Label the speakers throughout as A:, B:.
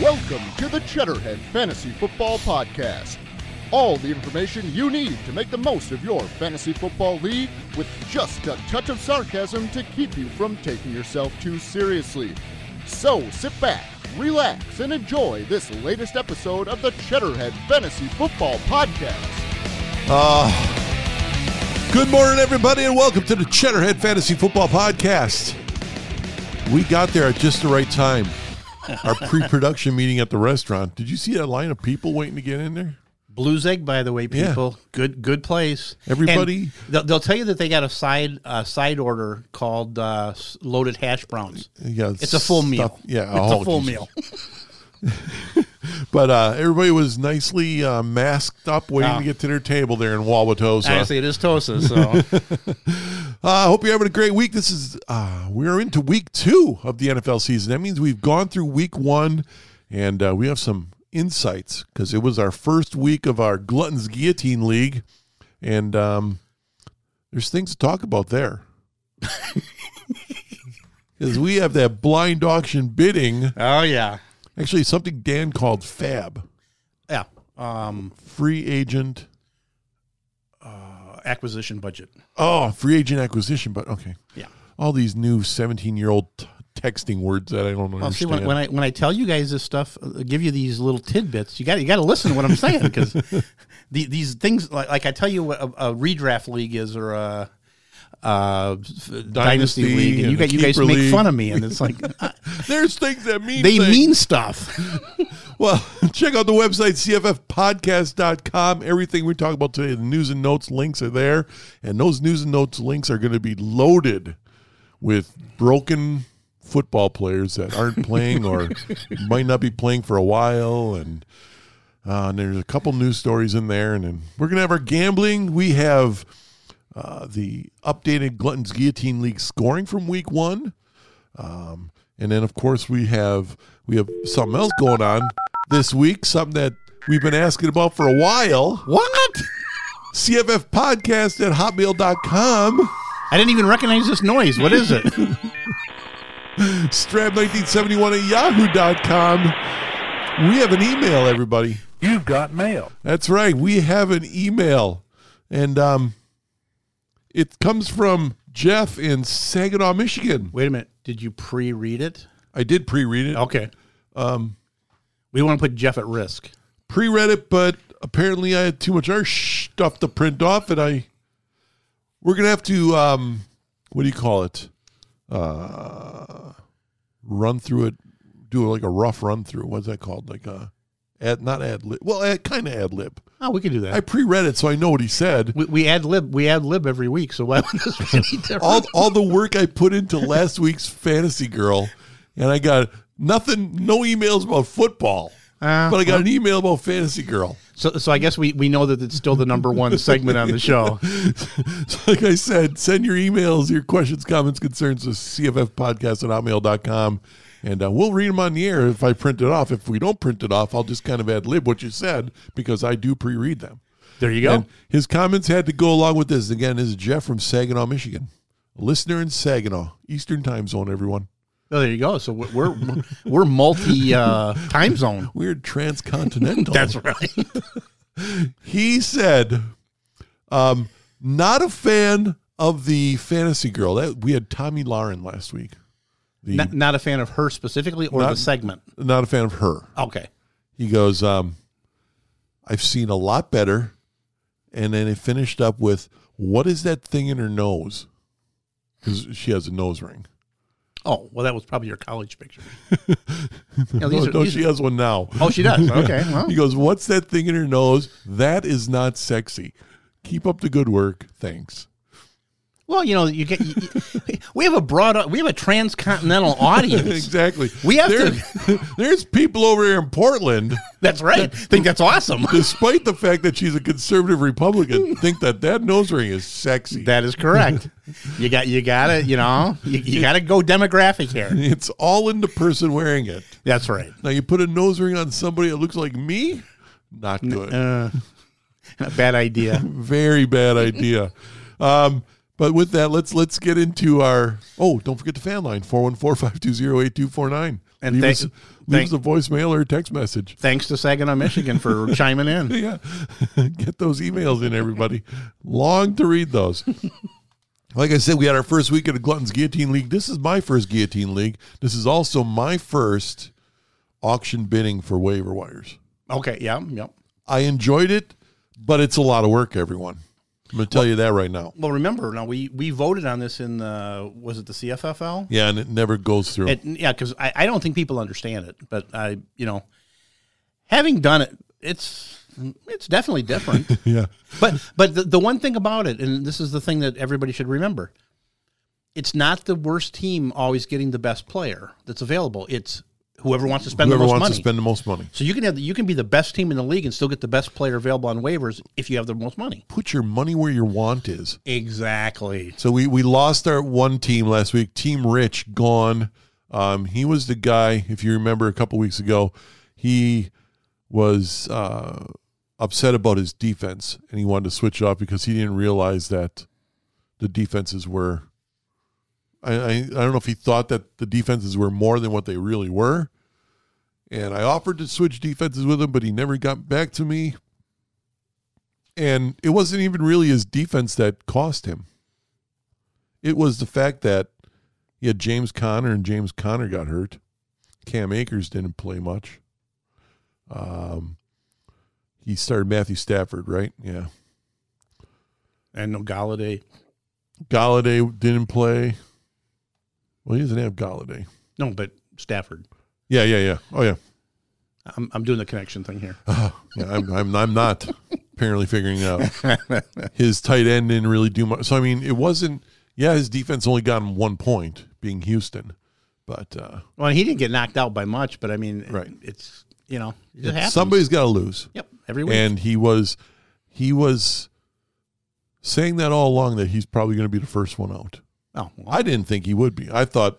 A: Welcome to the Cheddarhead Fantasy Football Podcast. All the information you need to make the most of your fantasy football league with just a touch of sarcasm to keep you from taking yourself too seriously. So sit back, relax, and enjoy this latest episode of the Cheddarhead Fantasy Football Podcast.
B: Good morning, everybody, and welcome to the Cheddarhead Fantasy Football Podcast. We got there at just the right time. Our pre production meeting at the restaurant. Did you see that line of people waiting to get in there?
C: Blues Egg, by the way,
B: Yeah.
C: people, good good place.
B: Everybody-
C: And they'll, they'll tell you that they got a side uh, side order called uh, s- loaded hash browns.
B: Yeah,
C: It's a full
B: stuff-
C: meal.
B: Yeah,
C: it's
B: oh,
C: a full
B: geez.
C: meal.
B: But uh, everybody was nicely uh, masked up, waiting
C: Ah.
B: to get to their table there in Wauwatosa.
C: Honestly, it is Tosa. So
B: Uh, I hope you're having a great week. This is uh, we are into week two of the NFL season. That means we've gone through week one, and uh, we have some insights because it was our first week of our Gluttons Guillotine League, and um, there's things to talk about there. Because we have that blind auction bidding.
C: oh yeah,
B: Actually, something Dan called Fab
C: yeah. Um,
B: free agent.
C: acquisition budget.
B: Oh, free agent acquisition. But okay,
C: Yeah.
B: all these new 17 year old t- texting words that I don't understand.
C: Well, see, when, when I when I tell you guys this stuff, uh, give you these little tidbits. You got you got to listen to what I'm saying because the, these things like, like I tell you what a, a redraft league is or a, uh dynasty,
B: Dynasty
C: league, and
B: and
C: you got
B: a
C: you guys
B: keeper
C: make
B: league.
C: fun of me, and it's like I-
B: There's things that mean
C: they
B: things.
C: mean stuff.
B: Well, check out the website, cffpodcast.com. Everything we talk about today, the news and notes links are there. And those news and notes links are going to be loaded with broken football players that aren't playing or might not be playing for a while. And, uh, and there's a couple news stories in there. And then we're going to have our gambling. We have uh, the updated Glutton's Guillotine League scoring from week one. And then of course we have we have something else going on this week, something that we've been asking about for a while.
C: What?
B: CFF podcast at hotmail.com.
C: I didn't even recognize this noise. What is it?
B: Strab1971 at yahoo.com. We have an email, everybody.
D: You've got mail.
B: That's right. We have an email. And um it comes from Jeff in Saginaw, Michigan.
C: Wait a minute. Did you pre-read it?
B: I did pre-read it.
C: Okay. Um, we want to put Jeff at risk.
B: pre-read it, but apparently I had too much other stuff to print off, and I we're gonna have to um, what do you call it? Uh, run through it, do like a rough run through. What's that called? Like a ad, not ad lib. Well, ad, kind of ad lib.
C: Oh, we can do that.
B: I pre-read it, so I know what he said.
C: we, we ad lib. We ad lib every week. So why would this be any different?
B: All all the work I put into last week's fantasy girl, and I got nothing, no emails about football.
C: Uh,
B: But I got an email about Fantasy Girl.
C: So, so I guess we, we know that it's still the number one segment on the show.
B: So like I said, send your emails, your questions, comments, concerns to cffpodcast at hotmail.com. And uh, we'll read them on the air if I print it off. If we don't print it off, I'll just kind of ad lib what you said because I do pre read them.
C: There you go.
B: And his comments had to go along with this. Again, this is Jeff from Saginaw, Michigan. A listener in Saginaw, Eastern time zone, everyone.
C: oh, there you go. So we're we're, we're multi uh, time zone.
B: We're transcontinental.
C: That's right.
B: he said, um, not a fan of the fantasy girl. That we had Tommy Lauren last week. The
C: not, not a fan of her specifically or the
B: Not-
C: segment.
B: not a fan of her.
C: Okay.
B: He goes, um, I've seen a lot better. And then it finished up with, What is that thing in her nose? Because she has a nose ring.
C: Oh well, that was probably your college picture. No,
B: no,
C: these are-
B: no,
C: these
B: she
C: are-
B: has one now.
C: oh, she does. Okay. Well,
B: He goes, What's that thing in her nose? That is not sexy. Keep up the good work. Thanks.
C: well, you know, you get. You, you- we have a broad. We have a transcontinental audience.
B: Exactly.
C: We have to-
B: to. there's people over here in Portland,
C: That's right. think that's awesome.
B: despite the fact that she's a conservative Republican, think that that nose ring is sexy.
C: That is correct. You got. You got to. You know. You, you got to go demographic here.
B: it's all in the person wearing it.
C: That's right.
B: Now you put a nose ring on somebody that looks like me? Not good.
C: Uh, bad idea.
B: Very bad idea. um, but with that, let's let's get into our oh, don't forget the fan line, 414-520-8249.
C: And
B: leave,
C: thank-
B: us, leave
C: thank-
B: us a voicemail or a text message.
C: Thanks to Saginaw, Michigan for chiming in.
B: Yeah. Get those emails in, everybody. Long to read those. Like I said, we had our first week at the Glutton's Guillotine League. This is my first Guillotine League. This is also my first auction bidding for waiver wires.
C: Okay, yeah, yep.
B: I enjoyed it, but it's a lot of work, everyone. I'm going to tell you that right now.
C: Well, remember now we we voted on this in the was it the CFFL?
B: Yeah, and it never goes through.
C: It, yeah, because I, I don't think people understand it, but I you know, having done it, it's it's definitely different.
B: yeah.
C: but but the, the one thing about it, and this is the thing that everybody should remember, it's not the worst team always getting the best player that's available. It's whoever wants to spend
B: Whoever
C: the most
B: wants
C: money.
B: to spend the most money.
C: so you can have the, you can be the best team in the league and still get the best player available on waivers if you have the most money.
B: Put your money where your want is.
C: Exactly.
B: So we we lost our one team last week. Team Rich gone. Um, he was the guy. If you remember, a couple weeks ago, he was uh, upset about his defense, and he wanted to switch off because he didn't realize that the defenses were. I, I I don't know if he thought that the defenses were more than what they really were, and I offered to switch defenses with him, but he never got back to me. And it wasn't even really his defense that cost him it was the fact that he had James Conner and James Conner got hurt. Cam Akers didn't play much. Um, he started Matthew Stafford, right? Yeah.
C: And no Galladay.
B: Galladay didn't play. Well, he doesn't have Galladay.
C: No, but Stafford.
B: Yeah, yeah, yeah. Oh, yeah.
C: I'm, I'm doing the connection thing here.
B: yeah I'm, I'm, I'm not apparently figuring it out. His tight end didn't really do much. So, I mean, it wasn't, yeah, his defense only got him one point, being Houston. But uh,
C: Well, he didn't get knocked out by much, but I mean,
B: Right.
C: It's you know, it just happens.
B: somebody's got to lose.
C: Yep. Every week.
B: and he was he was saying that all along that he's probably going to be the first one out.
C: oh, well,
B: I didn't think he would be. I thought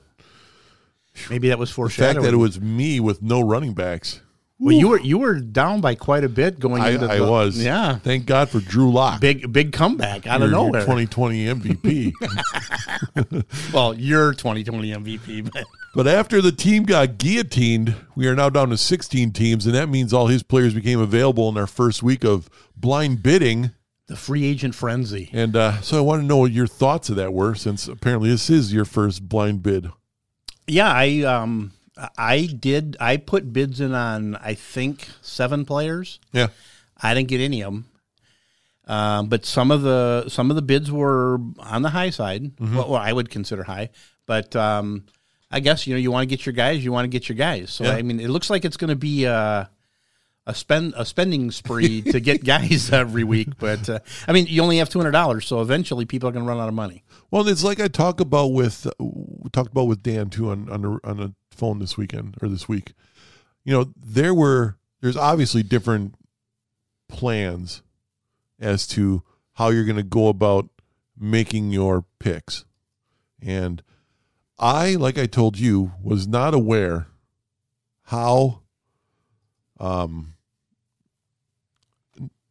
C: maybe that was
B: the fact
C: foreshadowing.
B: that it was me with no running backs.
C: well, you were you were down by quite a bit going
B: I,
C: into the.
B: I was.
C: Yeah.
B: Thank God for Drew Lock.
C: Big big comeback out of nowhere.
B: 2020 MVP.
C: well, you're 2020 MVP, but
B: but after the team got guillotined, we are now down to 16 teams, and that means all his players became available in our first week of blind bidding.
C: the free agent frenzy.
B: And uh, so I want to know what your thoughts of that were, since apparently this is your first blind bid.
C: Yeah, I um I did I put bids in on I think seven players.
B: Yeah.
C: I didn't get any of them. Um, but some of the some of the bids were on the high side,
B: Mm-hmm.
C: what, what I would consider high. But um, I guess you know you want to get your guys, you want to get your guys. So
B: Yeah.
C: I mean, it looks like it's going to be a, a spend a spending spree to get guys every week. But uh, I mean, you only have two hundred dollars, so eventually people are going to run out of money.
B: Well, it's like I talk about with we talked about with Dan too on on the, on the phone this weekend or this week. You know, there were there's obviously different plans as to how you're going to go about making your picks. And I, like I told you, was not aware how um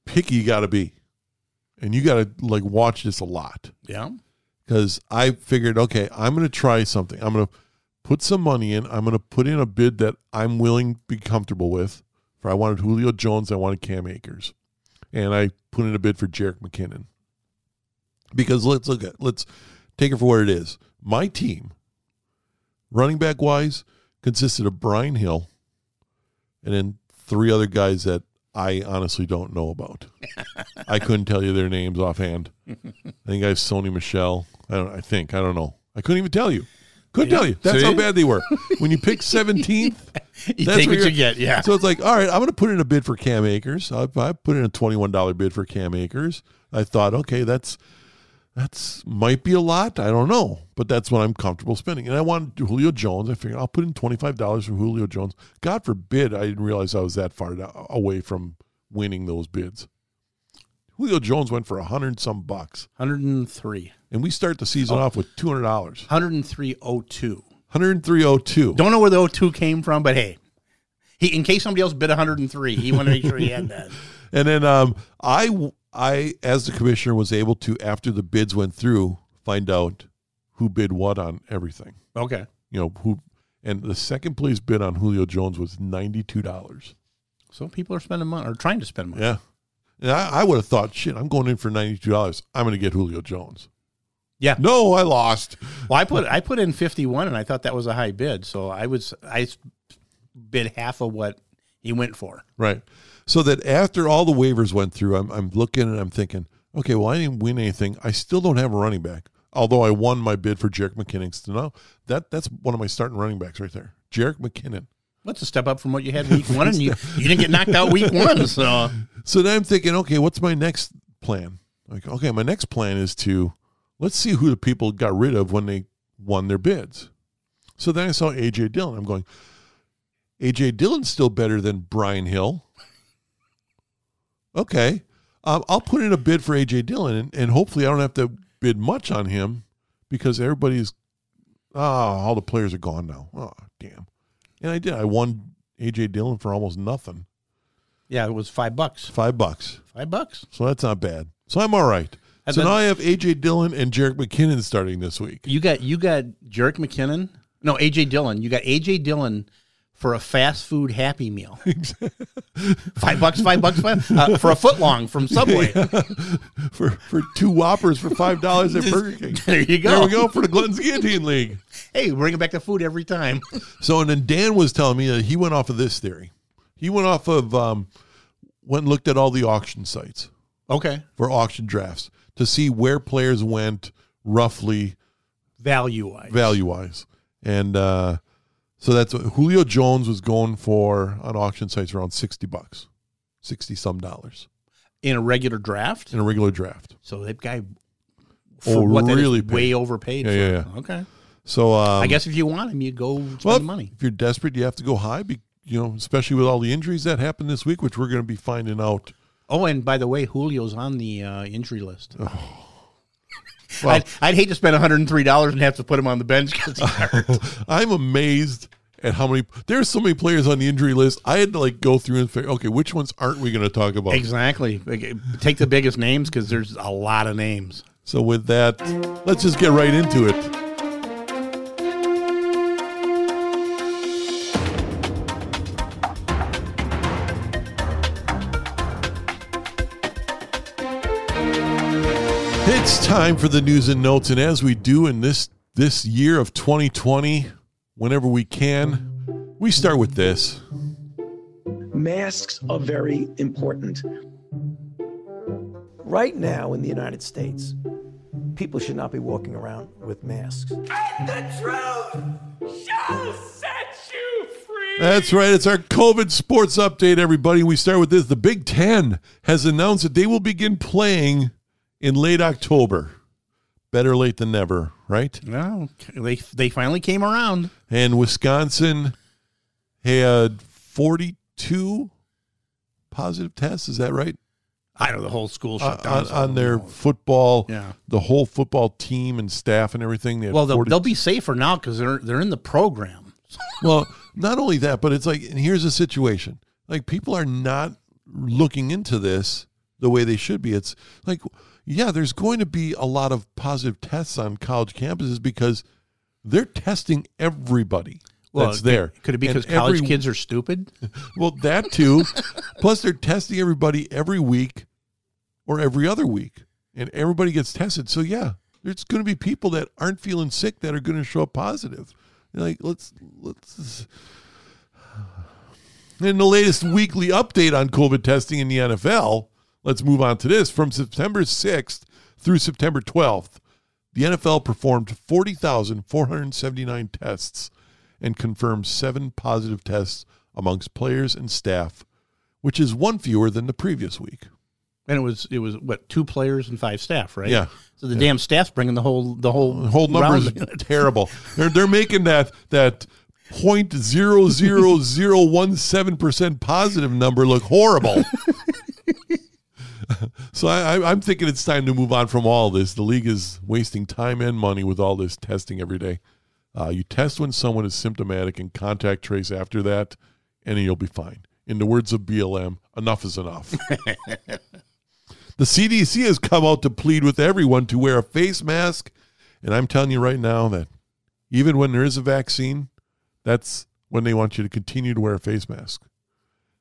B: picky you got to be. And you got to like watch this a lot
C: Yeah,
B: because I figured, okay, I'm going to try something. I'm going to put some money in. I'm going to put in a bid that I'm willing to be comfortable with. For I wanted Julio Jones, I wanted Cam Akers, and I put in a bid for Jarek McKinnon. Because let's look at let's take it for what it is. My team, running back wise, consisted of Brian Hill, and then three other guys that I honestly don't know about. I couldn't tell you their names offhand. I think I have Sony Michelle. I don't. I think I don't know. I couldn't even tell you. Couldn't tell you. That's how
C: See?
B: bad they were. When you pick seventeenth,
C: you
B: That's
C: take
B: what
C: what you
B: you're-
C: get. Yeah,
B: so it's like, all right, I'm going to put in a bid for Cam Akers. I, I put in a twenty-one dollar bid for Cam Akers. I thought, okay, that's that's might be a lot. I don't know, but that's what I'm comfortable spending. And I wanted Julio Jones. I figured I'll put in twenty-five dollars for Julio Jones. God forbid, I didn't realize I was that far da- away from winning those bids. Julio Jones went for a hundred some bucks,
C: 103,
B: and we start the season
C: Oh.
B: off with two hundred dollars,
C: 103.02.
B: hundred and three oh two.
C: Don't know where the 02 came from, but hey, he in case somebody else bid 103, he wanted to make sure he had that.
B: And then um, I, I, as the commissioner, was able to, after the bids went through, find out who bid what on everything.
C: Okay.
B: You know who, and the second place bid on Julio Jones was ninety two dollars.
C: So people are spending money or trying to spend money.
B: Yeah, and I, I would have thought, shit, I'm going in for ninety two dollars. I'm going to get Julio Jones.
C: Yeah.
B: No, I lost.
C: Well, I put I put in fifty one, and I thought that was a high bid, so I was I s- bid half of what he went for.
B: Right. So that after all the waivers went through, I'm, I'm looking and I'm thinking, okay, well, I didn't win anything. I still don't have a running back, although I won my bid for Jarek McKinnon. So now that, that's one of my starting running backs right there, Jarek McKinnon.
C: That's a step up from what you had week one, and you you didn't get knocked out week one. So
B: So then I'm thinking, okay, what's my next plan? Like, okay, my next plan is to let's see who the people got rid of when they won their bids. So then I saw AJ Dillon. I'm going, AJ Dillon's still better than Brian Hill. Okay, um, I'll put in a bid for AJ Dillon, and, and hopefully I don't have to bid much on him because everybody's ah, all the players are gone now. Oh, damn! And I did. I won AJ Dillon for almost nothing,
C: yeah, it was five bucks.
B: five bucks.
C: Five bucks.
B: So that's not bad. So I'm all right.
C: And
B: so
C: then-
B: now I have AJ Dillon and Jarek McKinnon starting this week.
C: You got you got Jerick McKinnon. No, AJ Dillon. You got AJ Dillon for a fast food Happy Meal. five bucks. Five bucks. Five uh, for a foot long from Subway.
B: For for two whoppers for five dollars at Burger King.
C: There you go.
B: There we go for the Glenn's Guillotine League.
C: Hey, bring it back to food every time.
B: So and then Dan was telling me that he went off of this theory. He went off of um went and looked at all the auction sites
C: Okay.
B: for auction drafts to see where players went roughly
C: Value wise.
B: value wise. And uh so that's what Julio Jones was going for on auction sites around sixty bucks. Sixty some dollars
C: in a regular draft.
B: in a regular draft.
C: So that guy,
B: Oh,
C: for what that is,
B: really paid.
C: way overpaid.
B: Yeah,
C: for.
B: yeah, yeah.
C: Okay.
B: So um,
C: I guess if you want him, you go spend
B: well,
C: the money.
B: If you're desperate, you have to go high. Be, you know, especially with all the injuries that happened this week, which we're going to be finding out.
C: Oh, and by the way, Julio's on the uh, injury list.
B: Oh. Well-
C: I'd, I'd hate to spend one hundred and three dollars and have to put him on the bench because he's hurt.
B: I'm amazed at how many there's so many players on the injury list. I had to like go through and figure, okay, which ones aren't we going to talk about?
C: exactly. Like, Take the biggest names because there's a lot of names.
B: So with that, let's just get right into it. It's time for the news and notes, and as we do in this this year of 2020, whenever we can, we start with this.
D: masks are very important.
E: Right now in the United States, people should not be walking around with masks.
F: and the truth shall set you free.
B: That's right. It's our COVID sports update, everybody. We start with this. The Big Ten has announced that they will begin playing in late October. Better late than never, right?
C: No, they they finally came around.
B: And Wisconsin had 42 positive tests. Is that right?
C: I know the whole school
B: On,
C: shut down.
B: on,
C: so-
B: on their football,
C: Yeah.
B: the whole football team and staff and everything. They had
C: well, they'll,
B: 40
C: they'll be safer now because they're they're in the program.
B: Well, not only that, but it's like, and here's the situation: like people are not looking into this the way they should be. It's like, yeah, there's going to be a lot of positive tests on college campuses because they're testing everybody that's
C: it-
B: there.
C: Could it be
B: And
C: because college
B: every-
C: kids are stupid?
B: Well, that too. Plus, they're testing everybody every week or every other week, and everybody gets tested. So yeah, there's going to be people that aren't feeling sick that are going to show up positive. They're like let's let's. In the latest weekly update on COVID testing in the NFL, let's move on to this. From September 6th through September 12th, the NFL performed 40,479 tests and confirmed seven positive tests amongst players and staff, which is one fewer than the previous week.
C: And it was it was what two players and five staff, right?
B: Yeah.
C: So the damn staff's bringing the whole the whole
B: The whole number
C: round
B: is
C: unit.
B: terrible. They're, they're making that that point zero zero zero one seven percent positive number look horrible. so I, I, I'm thinking it's time to move on from all this. The league is wasting time and money with all this testing every day. Uh, you test when someone is symptomatic and contact trace after that, and then you'll be fine. In the words of BLM, enough is enough. The CDC has come out to plead with everyone to wear a face mask. And I'm telling you right now that even when there is a vaccine, That's when they want you to continue to wear a face mask.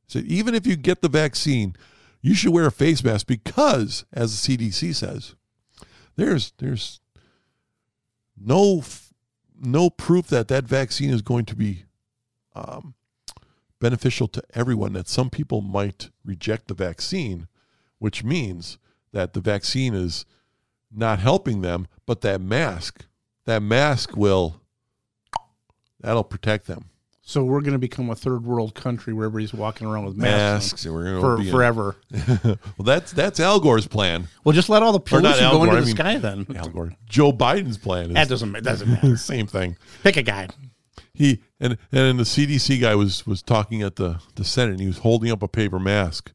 B: So even if you get the vaccine, you should wear a face mask because, as the CDC says, there's there's no f- no proof that that vaccine is going to be um, beneficial to everyone. That some people might reject the vaccine, which means that the vaccine is not helping them, but that mask, that mask will that'll protect them.
C: So we're going to become a third world country where everybody's walking around with masks,
B: Masks, and we're going
C: on
B: to
C: for
B: be in-
C: forever.
B: well, that's that's Al Gore's plan.
C: Well, just let all the
B: Or not
C: pollution
B: Al
C: go into
B: Gore, I
C: the
B: mean-
C: sky then.
B: Al Gore, Joe Biden's plan. Is
C: That doesn't that doesn't matter.
B: same thing.
C: Pick a guy.
B: He and and the CDC guy was was talking at the the Senate. and He was holding up a paper mask.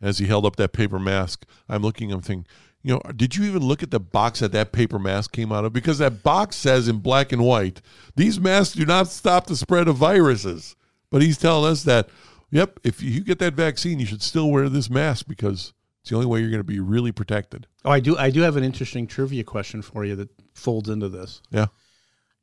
B: As he held up that paper mask, I'm looking. I'm thinking, you know, did you even look at the box that that paper mask came out of? Because that box says in black and white, these masks do not stop the spread of viruses. But he's telling us that, yep, if you get that vaccine, you should still wear this mask because it's the only way you're going to be really protected.
C: Oh, I do I do have an interesting trivia question for you that folds into this.
B: Yeah.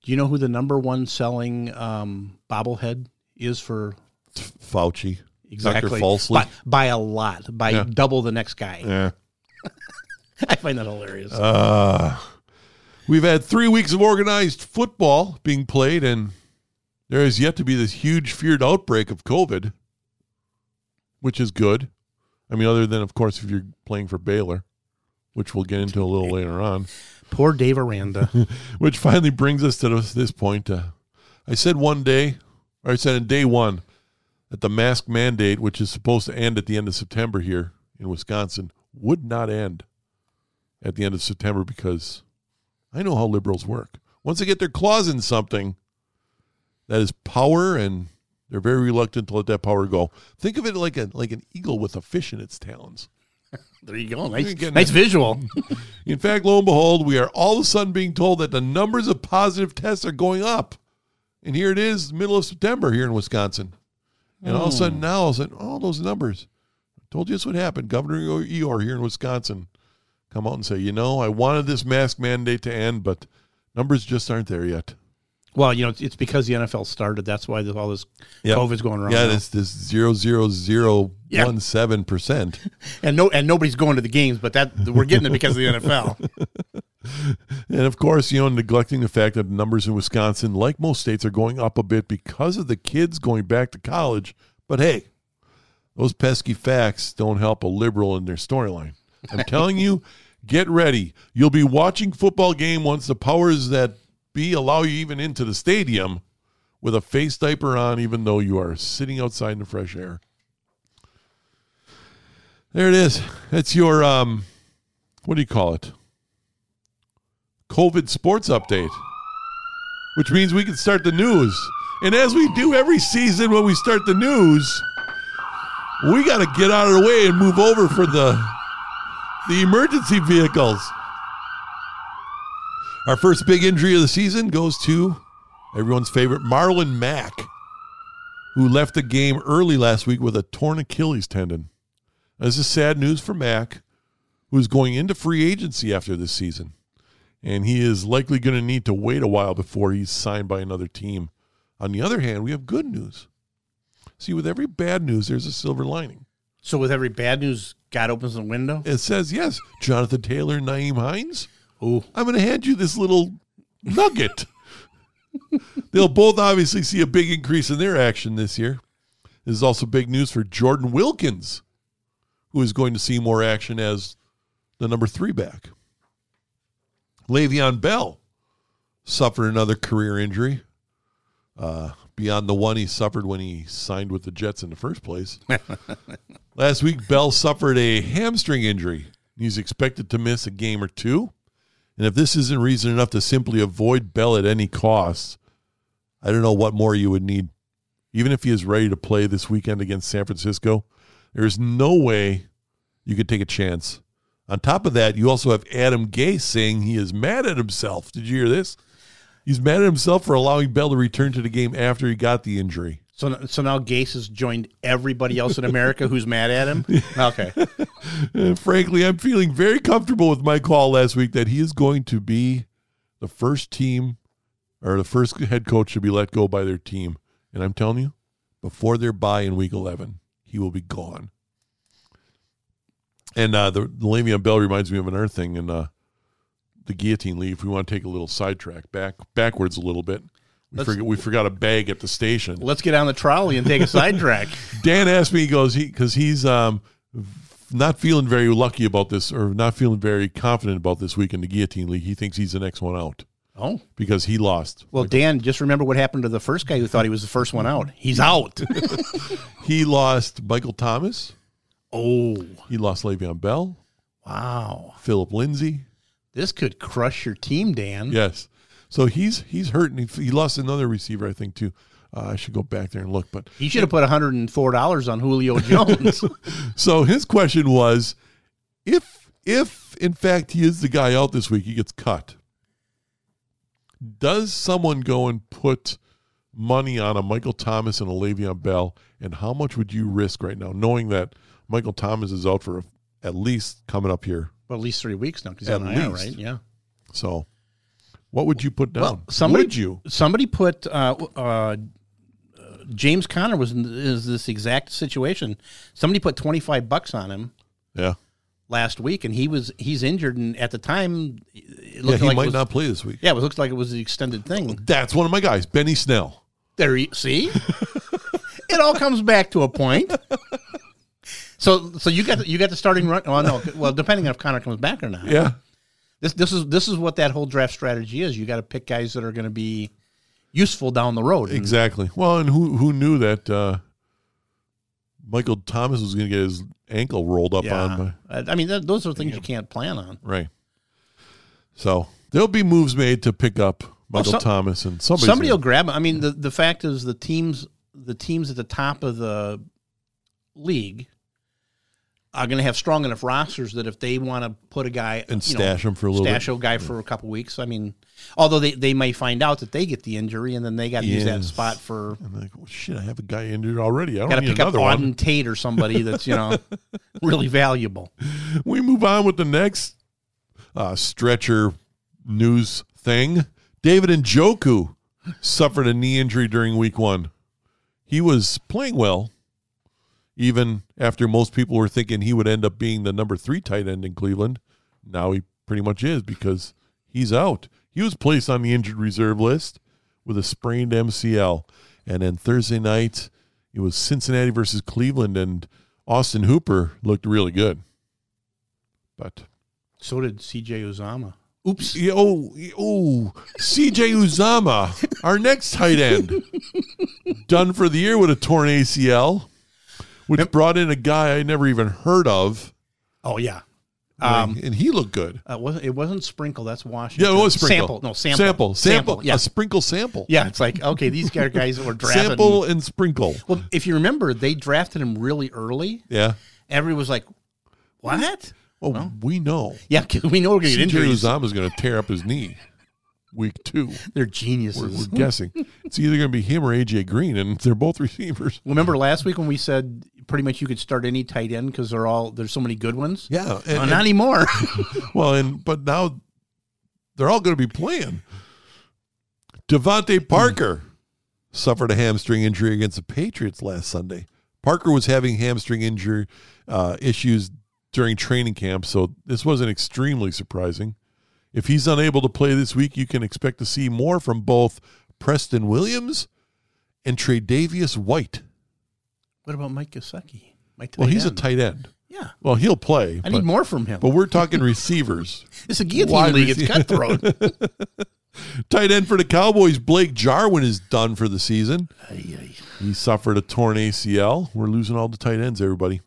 C: Do you know who the number one selling um, bobblehead is for
B: Fauci. Dr.
C: exactly
B: Falsely.
C: by, by a lot by
B: Yeah.
C: double the next guy?
B: yeah.
C: I find that hilarious.
B: Uh, we've had three weeks of organized football being played, and there is yet to be this huge feared outbreak of COVID, which is good. I mean, other than, of course, if you're playing for Baylor, which we'll get into a little later on,
C: Poor Dave Aranda.
B: which finally brings us to this, this point. Uh, I said one day, or I said in day one, that the mask mandate, which is supposed to end at the end of September here in Wisconsin, would not end at the end of September because I know how liberals work. Once they get their claws in something, that is power, and they're very reluctant to let that power go. Think of it like a like an eagle with a fish in its talons.
C: there you go. Nice,
B: You're getting
C: nice
B: it.
C: visual.
B: In fact, lo and behold, we are all of a sudden being told that the numbers of positive tests are going up. And here it is, middle of September here in Wisconsin. And all of a
C: Hmm.
B: sudden now, all of a sudden, all those numbers. I told you this would happen. Governor Eeyore here in Wisconsin come out and say, you know, I wanted this mask mandate to end, but numbers just aren't there yet.
C: well, you know, it's, it's because the NFL started. That's why there's all this COVID's going around.
B: Yeah,
C: now.
B: this this zero zero zero one seven percent.
C: and no, and nobody's going to the games, but that we're getting it because of the NFL.
B: And of course, you know, neglecting the fact that numbers in Wisconsin, like most states, are going up a bit because of the kids going back to college. But hey, those pesky facts don't help a liberal in their storyline. I'm telling you, get ready. You'll be watching football game once the powers that be allow you even into the stadium with a face diaper on, even though you are sitting outside in the fresh air. There it is. That's your um, what do you call it? COVID sports update, which means we can start the news. And as we do every season when we start the news, we got to get out of the way and move over for the the emergency vehicles. Our first big injury of the season goes to everyone's favorite Marlon Mack, who left the game early last week with a torn Achilles tendon. This is sad news for Mack, who's going into free agency after this season and he is likely going to need to wait a while before he's signed by another team. On the other hand, we have good news. See, with every bad news, there's a silver lining.
C: so with every bad news, God opens the window.
B: It says, yes, Jonathan Taylor and Naeem Hines,
C: Ooh.
B: I'm going to hand you this little nugget. They'll both obviously see a big increase in their action this year. This is also big news for Jordan Wilkins, who is going to see more action as the number three back. Le'Veon Bell suffered another career injury uh, beyond the one he suffered when he signed with the Jets in the first place. Last week, Bell suffered a hamstring injury. He's expected to miss a game or two. And if this isn't reason enough to simply avoid Bell at any cost, I don't know what more you would need. Even if he is ready to play this weekend against San Francisco, there is no way you could take a chance. On top of that, you also have Adam Gay saying he is mad at himself. Did you hear this? He's mad at himself for allowing Bell to return to the game after he got the injury.
C: So so now Gase has joined everybody else in America who's mad at him. Okay.
B: Uh, frankly, I'm feeling very comfortable with my call last week that he is going to be the first team or the first head coach should be let go by their team. And I'm telling you, before their bye in week 11, he will be gone. And uh, the, the Le'Veon Bell reminds me of another thing in uh, the guillotine leave. We want to take a little sidetrack back backwards a little bit. We,
C: Let's-
B: forget, we forgot a bag at the station.
C: Let's get on the trolley and take a sidetrack.
B: Dan asked me, he goes, he because he's um not feeling very lucky about this or not feeling very confident about this week in the guillotine league. He thinks he's the next one out
C: Oh.
B: because he lost.
C: Well, Dan, just remember what happened to the first guy who thought he was the first one out. He's out.
B: He lost Michael Thomas.
C: oh,
B: He lost Le'Veon Bell,
C: wow.
B: Philip Lindsay.
C: This could crush your team, Dan.
B: Yes. So he's he's hurting. He, he lost another receiver, I think, too. Uh, I should go back there and look. But
C: He should have put $104 on Julio Jones.
B: so his question was, if if in fact he is the guy out this week, he gets cut. Does someone go and put money on a Michael Thomas and a Le'Veon Bell, and how much would you risk right now, knowing that Michael Thomas is out for at least coming up here?
C: well, at least three weeks now because he's
B: At
C: on IR,
B: least.
C: right? Yeah.
B: So, what would you put down?
C: Well, somebody,
B: would you?
C: Somebody put uh, uh, James Conner was in is this exact situation. Somebody put 25 bucks on him
B: Yeah,
C: last week, and he was he's injured. And at the time, it
B: yeah.
C: looked
B: He
C: like it
B: might
C: was-
B: not play this week.
C: Yeah, it looks like it was the extended thing.
B: That's one of my guys, Benny Snell.
C: There, you see, it all comes back to a point. So, so you got the, you got the starting run. Well, no, well, depending on if Connor comes back or not.
B: Yeah,
C: This this is this is what that whole draft strategy is. You got to pick guys that are going to be useful down the road. And
B: Exactly. Well, and who who knew that uh, Michael Thomas was going to get his ankle rolled up on?
C: Yeah.
B: by-
C: I I mean, that, those are things you can't plan on.
B: right. So there'll be moves made to pick up Michael
C: some-
B: Thomas and somebody.
C: Somebody will grab. 'em. I mean, the, the fact is the teams the teams at the top of the league are going to have strong enough rosters that if they want to put a guy
B: and
C: you know,
B: stash him for a little
C: stash
B: bit.
C: a guy for a couple weeks. I mean, although they, they may find out that they get the injury and then they got to use that
B: Yes.
C: spot for
B: And like, well, shit, I have a guy injured already. I
C: got
B: don't
C: to
B: need
C: pick up
B: another
C: Auden
B: one.
C: Tate or somebody that's you know really valuable.
B: We move on with the next uh, stretcher news thing. David Njoku suffered a knee injury during week one. He was playing well, even after most people were thinking he would end up being the number three tight end in Cleveland. Now he pretty much is because he's out. He was placed on the injured reserve list with a sprained MCL. And then Thursday night, it was Cincinnati versus Cleveland, and Austin Hooper looked really good. But
C: So did C.J. Uzama. Oops.
B: yeah, oh, yeah, oh, CJ Uzama, our next tight end, done for the year with a torn ACL, which brought in a guy I never even heard of,
C: Oh yeah. Um,
B: and he looked good.
C: Uh, wasn't it wasn't sprinkle? That's Washington.
B: Yeah, it was sprinkle.
C: Sample, no sample.
B: sample, sample,
C: Yeah,
B: a sprinkle sample,
C: yeah. It's like okay, these guy- guys were drafted.
B: sample and sprinkle.
C: Well, if you remember, they drafted him really early.
B: Yeah,
C: Everyone was like, "What?
B: well, we know
C: Yeah, 'cause we know we're going to get
B: CJ
C: injuries.
B: Uzama's going to tear up his knee week two. We're, we're
C: They're geniuses."
B: guessing it's either going to be him or AJ Green, and they're both receivers.
C: Remember last week when we said pretty much you could start any tight end because they're all there's so many good ones.
B: Yeah,
C: Well, not anymore.
B: Well, and but now they're all going to be playing. Devontae Parker suffered a hamstring injury against the Patriots last Sunday. Parker was having hamstring injury uh, issues during training camp, so this wasn't extremely surprising. If he's unable to play this week, you can expect to see more from both Preston Williams and Tre'Davious White.
C: what about Mike Gesicki? My tight
B: Well, he's a
C: end.
B: tight end.
C: Yeah,
B: Well, he'll play.
C: I
B: but-
C: need more from him.
B: But we're talking receivers.
C: It's a guillotine
B: wide
C: league. It's
B: receiver.
C: cutthroat.
B: Tight end for the Cowboys, Blake Jarwin is done for the season. He suffered a torn ACL. We're losing all the tight ends, everybody.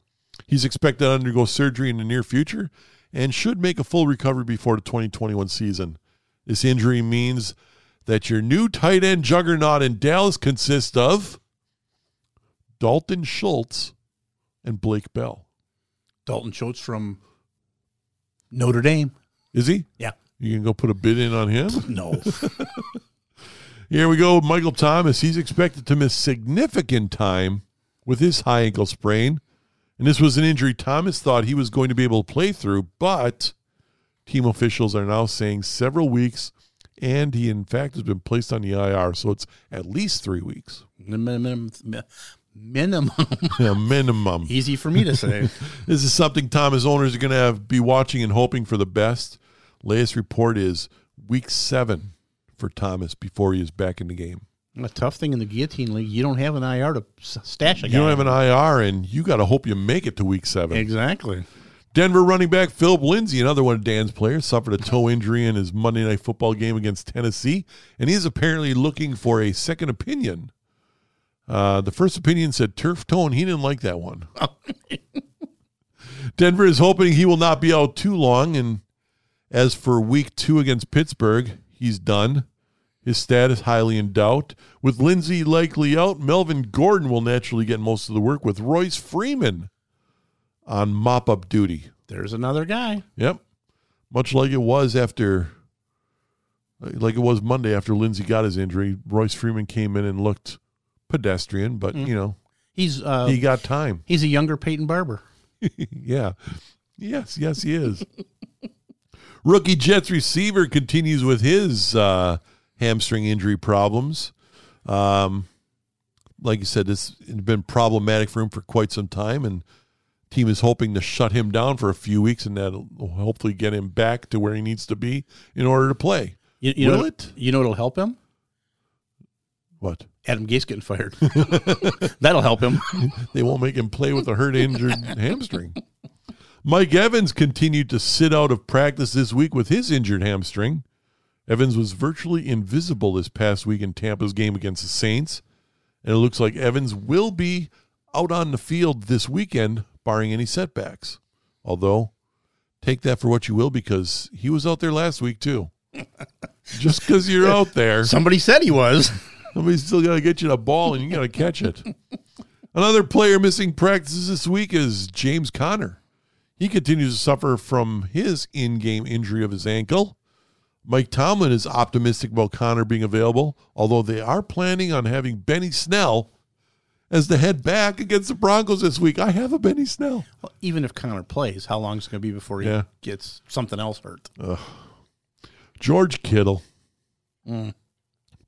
B: He's expected to undergo surgery in the near future and should make a full recovery before the 2021 season. This injury means that your new tight end juggernaut in Dallas consists of Dalton Schultz and Blake Bell.
C: Dalton Schultz from Notre Dame.
B: Is he?
C: Yeah.
B: You can go put a bid in on him?
C: No.
B: Here we go. Michael Thomas. He's expected to miss significant time with his high ankle sprain. And this was an injury Thomas thought he was going to be able to play through, but team officials are now saying several weeks and he in fact has been placed on the IR, so it's at least three weeks,
C: Minimum. Minimum.
B: a minimum.
C: Easy for me to say.
B: This is something Tom, his owners, are going to have be watching and hoping for the best. Latest report is week seven for Thomas before he is back in the game.
C: a tough thing in the guillotine league, you don't have an IR to s- stash a guy.
B: You don't have an IR, and you got to hope you make it to week seven.
C: Exactly.
B: Denver running back Philip Lindsay, another one of Dan's players, suffered a toe injury in his Monday night football game against Tennessee, and he's apparently looking for a second opinion. Uh, the first opinion said turf toe, and he didn't like that one. Denver is hoping he will not be out too long, and as for week two against Pittsburgh, he's done. His status highly in doubt. With Lindsay likely out, Melvin Gordon will naturally get most of the work with Royce Freeman on mop up duty.
C: There's another guy.
B: Yep. Much like it was after, like it was Monday after Lindsey got his injury, Royce Freeman came in and looked pedestrian, but you know,
C: He's uh,
B: he got time.
C: he's a younger Peyton Barber.
B: yeah. Yes, yes, he is. Rookie Jets receiver continues with his uh, hamstring injury problems. Um, like you said, this has been problematic for him for quite some time, and team is hoping to shut him down for a few weeks, and that'll hopefully get him back to where he needs to be in order to play.
C: You, you
B: Will
C: know,
B: it?
C: You know what'll help him?
B: What?
C: Adam Gase getting fired. That'll help him.
B: They won't make him play with a hurt, injured hamstring. Mike Evans continued to sit out of practice this week with his injured hamstring. Evans was virtually invisible this past week in Tampa's game against the Saints, and it looks like Evans will be out on the field this weekend, barring any setbacks. Although, take that for what you will, because he was out there last week too. Just because you're out there,
C: Somebody said he was.
B: Somebody's still got to get you the ball and you got to catch it. Another player missing practices this week is James Conner. He continues to suffer from his in game injury of his ankle. Mike Tomlin is optimistic about Connor being available, although they are planning on having Benny Snell as the head back against the Broncos this week. I have a Benny Snell.
C: Well, even if Connor plays, how long is it going to be before he
B: Yeah.
C: gets something else hurt?
B: George Kittle.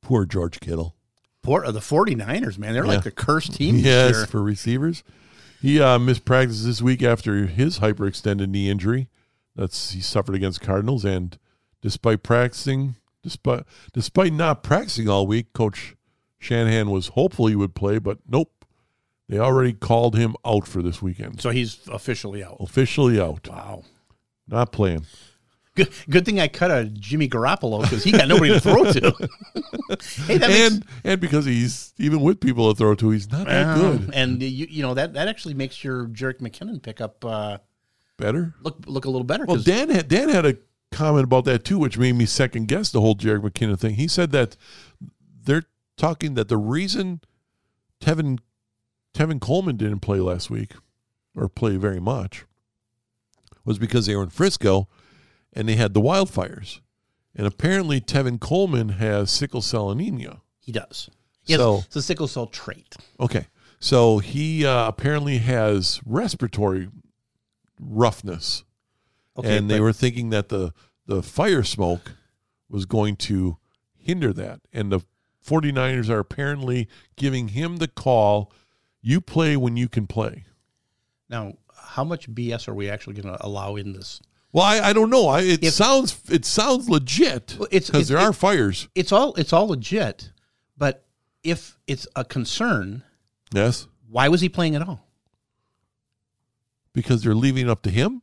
B: Poor George Kittle.
C: Poor, the 49ers, man, they're like the cursed team. this
B: Yes,
C: year.
B: for receivers. He uh, missed practice this week after his hyperextended knee injury. That's he suffered against Cardinals, and despite practicing, despite despite not practicing all week, Coach Shanahan was hopeful he would play, but nope, they already called him out for this weekend.
C: So he's officially out.
B: Officially out,
C: Wow.
B: not playing.
C: Good, good thing I cut a Jimmy Garoppolo because he got nobody to throw to. hey, that makes,
B: And and because he's even with people to throw to, he's not that
C: Um,
B: good.
C: And you, you know that that actually makes your Jarek McKinnon pickup uh,
B: Better.
C: look look a little better.
B: Well,
C: 'cause-
B: Dan had, Dan had a comment about that too, which made me second guess the whole Jared McKinnon thing. He said that they're talking that the reason Tevin Tevin Coleman didn't play last week or play very much was because they were in Frisco and they had the wildfires, and apparently Tevin Coleman has sickle cell anemia.
C: he does. He has,
B: So-
C: it's a sickle cell trait.
B: Okay. So he uh, apparently has respiratory roughness.
C: Okay,
B: and they
C: but-
B: were thinking that the, the fire smoke was going to hinder that. And the 49ers are apparently giving him the call you play when you can play.
C: Now, how much BS are we actually going to allow in this?
B: Well, I, I don't know. I, it
C: If-
B: sounds it sounds legit
C: Well,
B: because
C: it's- it's-
B: there are
C: it-
B: fires.
C: It's all it's all legit, but if it's a concern,
B: Yes,
C: why was he playing at all?
B: because they're leaving it up to him.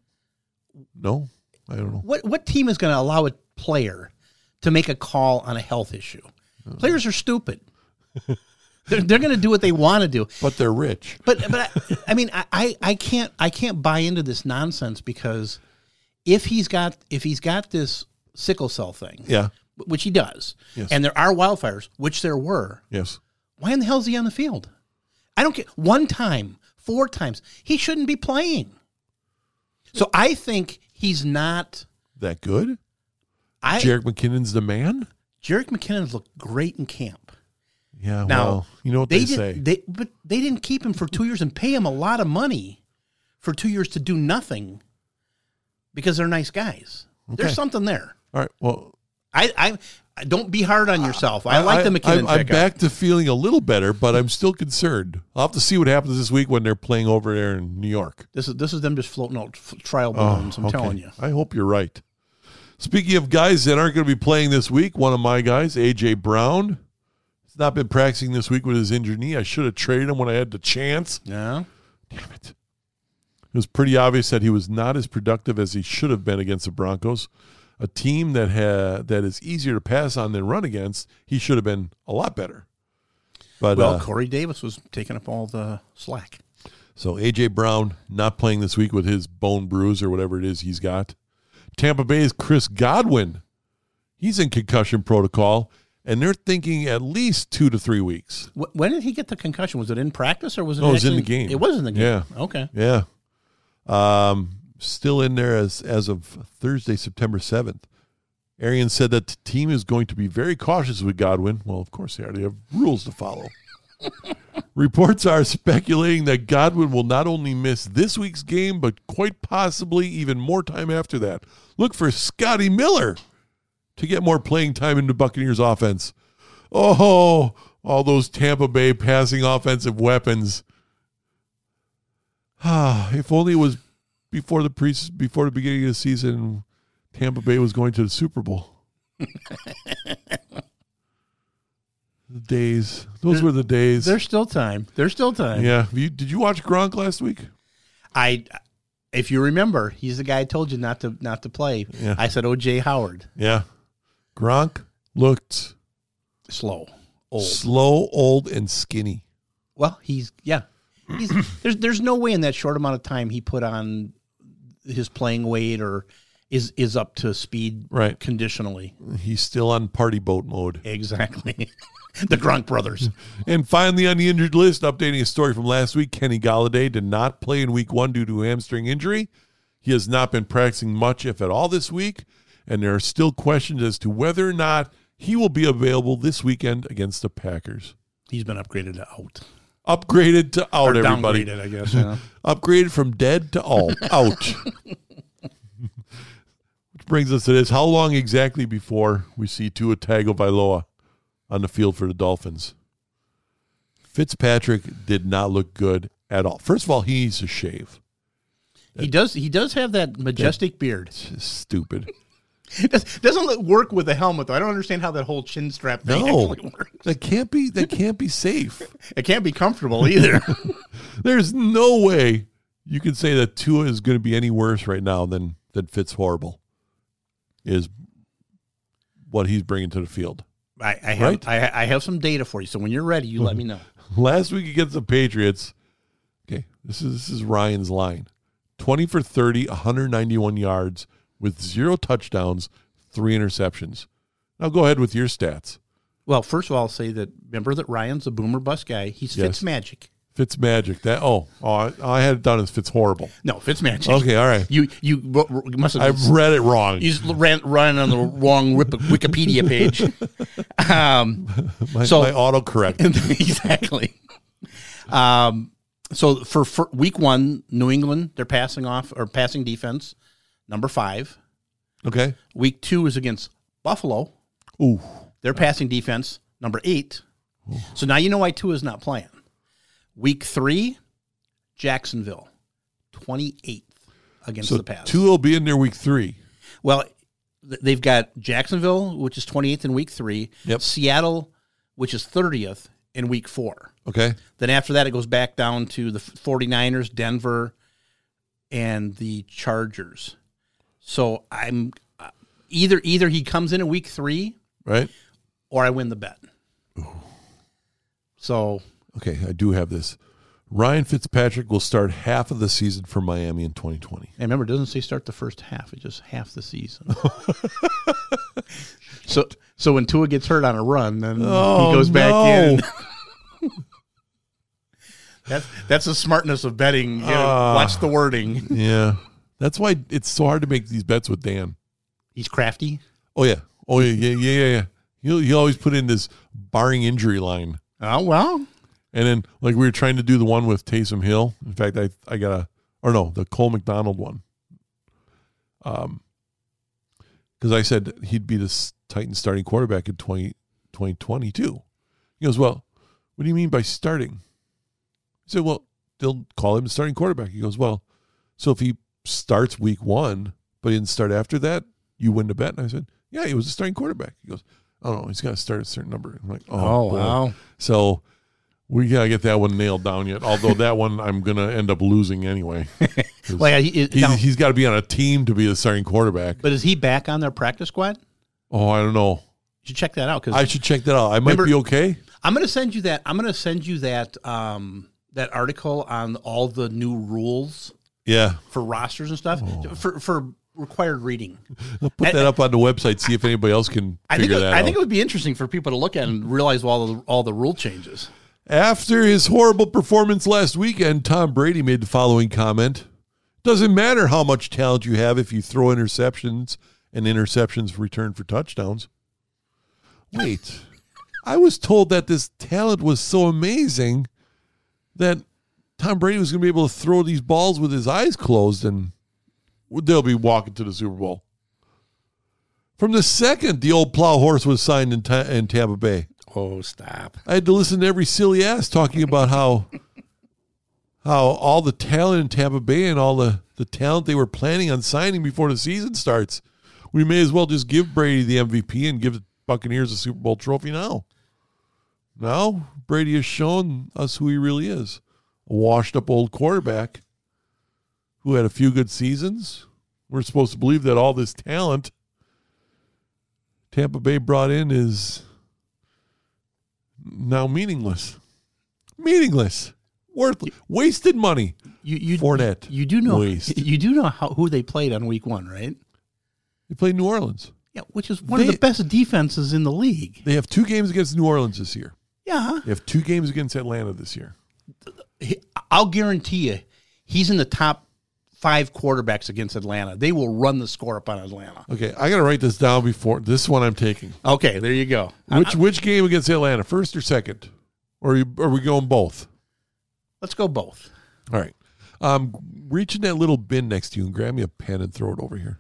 B: No, I don't know.
C: What what team is going to allow a player to make a call on a health issue? Players are stupid. they're they're going to do what they want to do.
B: But they're rich.
C: but but I, I mean I- I, I can't I can't buy into this nonsense because if he's got if he's got this sickle cell thing,
B: Yeah.
C: which he does,
B: Yes.
C: and there are wildfires, which there were,
B: Yes.
C: why in the hell is he on the field? I don't get one time, four times. He shouldn't be playing. So I think he's not.
B: That good.
C: I
B: Jarek McKinnon's the man.
C: Jarek McKinnon's looked great in camp.
B: Yeah.
C: Now
B: well, you know what they,
C: did,
B: say.
C: They but they didn't keep him for two years and pay him a lot of money for two years to do nothing because they're nice guys.
B: Okay.
C: There's something there.
B: All right. Well,
C: I I Don't be hard on yourself. I, like the McKinnon
B: I'm, I'm
C: pickup.
B: back to feeling a little better, but I'm still concerned. I'll have to see what happens this week when they're playing over there in New York.
C: This is this is them just floating out f- trial balloons. Um, I'm
B: Oh, Okay.
C: telling you.
B: I hope you're right. Speaking of guys that aren't going to be playing this week, one of my guys, AJ Brown, has not been practicing this week with his injured knee. I should have traded him when I had the chance.
C: Yeah.
B: Damn it. It was pretty obvious that he was not as productive as he should have been against the Broncos, a team that ha- that is easier to pass on than run against. He should have been a lot better. But
C: Well,
B: uh,
C: Corey Davis was taking up all the slack.
B: so AJ Brown not playing this week with his bone bruise or whatever it is he's got. Tampa Bay's Chris Godwin, he's in concussion protocol, and they're thinking at least two to three weeks.
C: Wh- When did he get the concussion? Was it in practice or was it?
B: No, it was in
C: actually-
B: the game.
C: It was in the game.
B: Yeah.
C: Okay.
B: Yeah, um, still in there as as of Thursday, September seventh. Arian said that the team is going to be very cautious with Godwin. Well, of course they already have rules to follow. Reports are speculating that Godwin will not only miss this week's game, but quite possibly even more time after that. Look for Scotty Miller to get more playing time in the Buccaneers offense. Oh, all those Tampa Bay passing offensive weapons. Ah, if only it was before the pre- before the beginning of the season, Tampa Bay was going to the Super Bowl. the days, those were the days.
C: There's still time. There's still time.
B: Yeah. Have You, did you watch Gronk last week?
C: I, if you remember, he's the guy I told you not to not to play.
B: Yeah.
C: I said OJ Howard,
B: Yeah. Gronk looked
C: slow, old.
B: slow, old, and skinny.
C: Well, he's yeah. He's, there's there's no way in that short amount of time he put on his playing weight or is is up to speed
B: Right.
C: conditionally.
B: He's still on party boat mode.
C: Exactly. the Gronk brothers.
B: And finally, on the injured list, updating a story from last week, Kenny Galladay did not play in week one due to a hamstring injury. He has not been practicing much, if at all, this week. And there are still questions as to whether or not he will be available this weekend against the Packers.
C: He's been upgraded to out.
B: Upgraded to out, everybody.
C: Downgraded, I guess. you know.
B: upgraded from dead to all out. Which brings us to this: How long exactly before we see Tua Tagovailoa on the field for the Dolphins? Fitzpatrick did not look good at all. First of all, he needs to shave.
C: He does he does have that majestic beard.
B: It's stupid.
C: Does- Doesn't look- work with a helmet though. I don't understand how that whole chin strap thing
B: No,
C: actually works.
B: that can't be. That can't be safe.
C: It can't be comfortable either.
B: There's no way you can say that Tua is going to be any worse right now than than Fitz horrible is what he's bringing to the field.
C: I, I have
B: Right? Mm-hmm.
C: I, I have some data for you. So when you're ready, you let me know.
B: last week against the Patriots. Okay, this is this is Ryan's line. 20 for 30, 191 yards with zero touchdowns, three interceptions. Now go ahead with your stats.
C: Well, first of all, I'll say that remember that Ryan's a boomer bust guy. He's
B: Yes.
C: Fitz Magic.
B: Fitz magic. That oh, oh I, I had it down as Fitz horrible.
C: No, Fitz Magic.
B: Okay, all right.
C: You you ro- ro- you must
B: Oh. I
C: have
B: read it wrong.
C: he's ran, running on the wrong Wip- Wikipedia page. Um,
B: My,
C: so-
B: my autocorrect.
C: exactly. Um, so for, for week one, New England, they're passing off or passing defense, number five.
B: Okay.
C: Week two is against Buffalo.
B: Ooh.
C: Their passing defense, number eight. So now you know why two is not playing. Week three, Jacksonville, 28th against
B: So
C: the pass.
B: two will be in there week three.
C: well, th- they've got Jacksonville, which is 28th in week three,
B: Yep.
C: Seattle, which is 30th in week four.
B: Okay.
C: Then after that, it goes back down to the 49ers, Denver, and the Chargers. So I'm uh, either either he comes in in week three
B: Right?
C: or I win the bet. So
B: Okay, I do have this. Ryan Fitzpatrick will start half of the season for Miami in 2020.
C: and remember, it doesn't say start the first half; it's just half the season. so so when Tua gets hurt on a run, then
B: Oh,
C: he goes back
B: no.
C: in. that's that's the smartness of betting. You know,
B: Ah.
C: watch the wording.
B: Yeah. That's why it's so hard to make these bets with Dan.
C: He's crafty.
B: Oh yeah. Oh yeah, yeah, yeah, yeah, yeah. He'll he always put in this barring injury line.
C: Oh well.
B: And then like we were trying to do the one with Taysom Hill. In fact, I I got a or no, the Cole McDonald one. Um because I said he'd be the s- Titans starting quarterback in 20, 2022. He goes, Well, what do you mean by starting? I said, Well, they'll call him the starting quarterback. He goes, Well, so if he starts week one, but he didn't start after that, you win the bet. And I said, Yeah, he was a starting quarterback. He goes, Oh no, he's got to start at a certain number. I'm like, Oh,
C: Oh,
B: boy.
C: wow.
B: So we gotta get that one nailed down yet. Although that one I'm gonna end up losing anyway. 'Cause
C: Like, he- he-
B: he's,
C: now-
B: he's got to be on a team to be the starting quarterback.
C: But is he back on their practice squad? You
B: Oh, I don't know.
C: should check that out
B: I
C: because
B: should check that out. I might
C: Remember-
B: be okay.
C: I'm going to send you that. I'm going to send you that um, that article on all the new rules
B: Yeah,
C: for rosters and stuff
B: Oh.
C: for for required reading.
B: I'll put
C: And-
B: that up on the website. See if anybody else can
C: I think
B: figure
C: it,
B: that
C: I
B: out.
C: think it would be interesting for people to look at and realize all the all the rule changes.
B: After his horrible performance last weekend, Tom Brady made the following comment Doesn't matter how much talent you have if you throw interceptions and interceptions return for touchdowns. Wait, I was told that this talent was so amazing that Tom Brady was going to be able to throw these balls with his eyes closed and they'll be walking to the Super Bowl. From the second the old plow horse was signed in, Ta- in Tampa Bay,
C: Oh, stop!
B: I had to listen to every silly ass talking about how how all the talent in Tampa Bay and all the, the talent they were planning on signing before the season starts. We may as well just give Brady the MVP and give the Buccaneers the Super Bowl trophy now. Now Brady has shown us who he really is. A washed up old quarterback who had a few good seasons. We're supposed to believe that all this talent Tampa Bay brought in is now meaningless. Meaningless. Worthless. Wasted money.
C: You you
B: Fournette.
C: You do know
B: Waste.
C: you do know how who they played on week one, right?
B: They play New Orleans.
C: Yeah, which is one
B: They-
C: of the best defenses in the league.
B: They have two games against New Orleans this year.
C: Yeah,
B: They have two games against Atlanta this year.
C: He- I'll guarantee you, he's in the top five quarterbacks against Atlanta. They will run the score up on Atlanta.
B: Okay, I gotta write this down before this one I'm taking.
C: Okay, there you go.
B: Which which game against Atlanta? First or second? Or are, you, are we going both?
C: Let's go both.
B: All right. Um, reach in that little bin next to you and grab me a pen and throw it over here.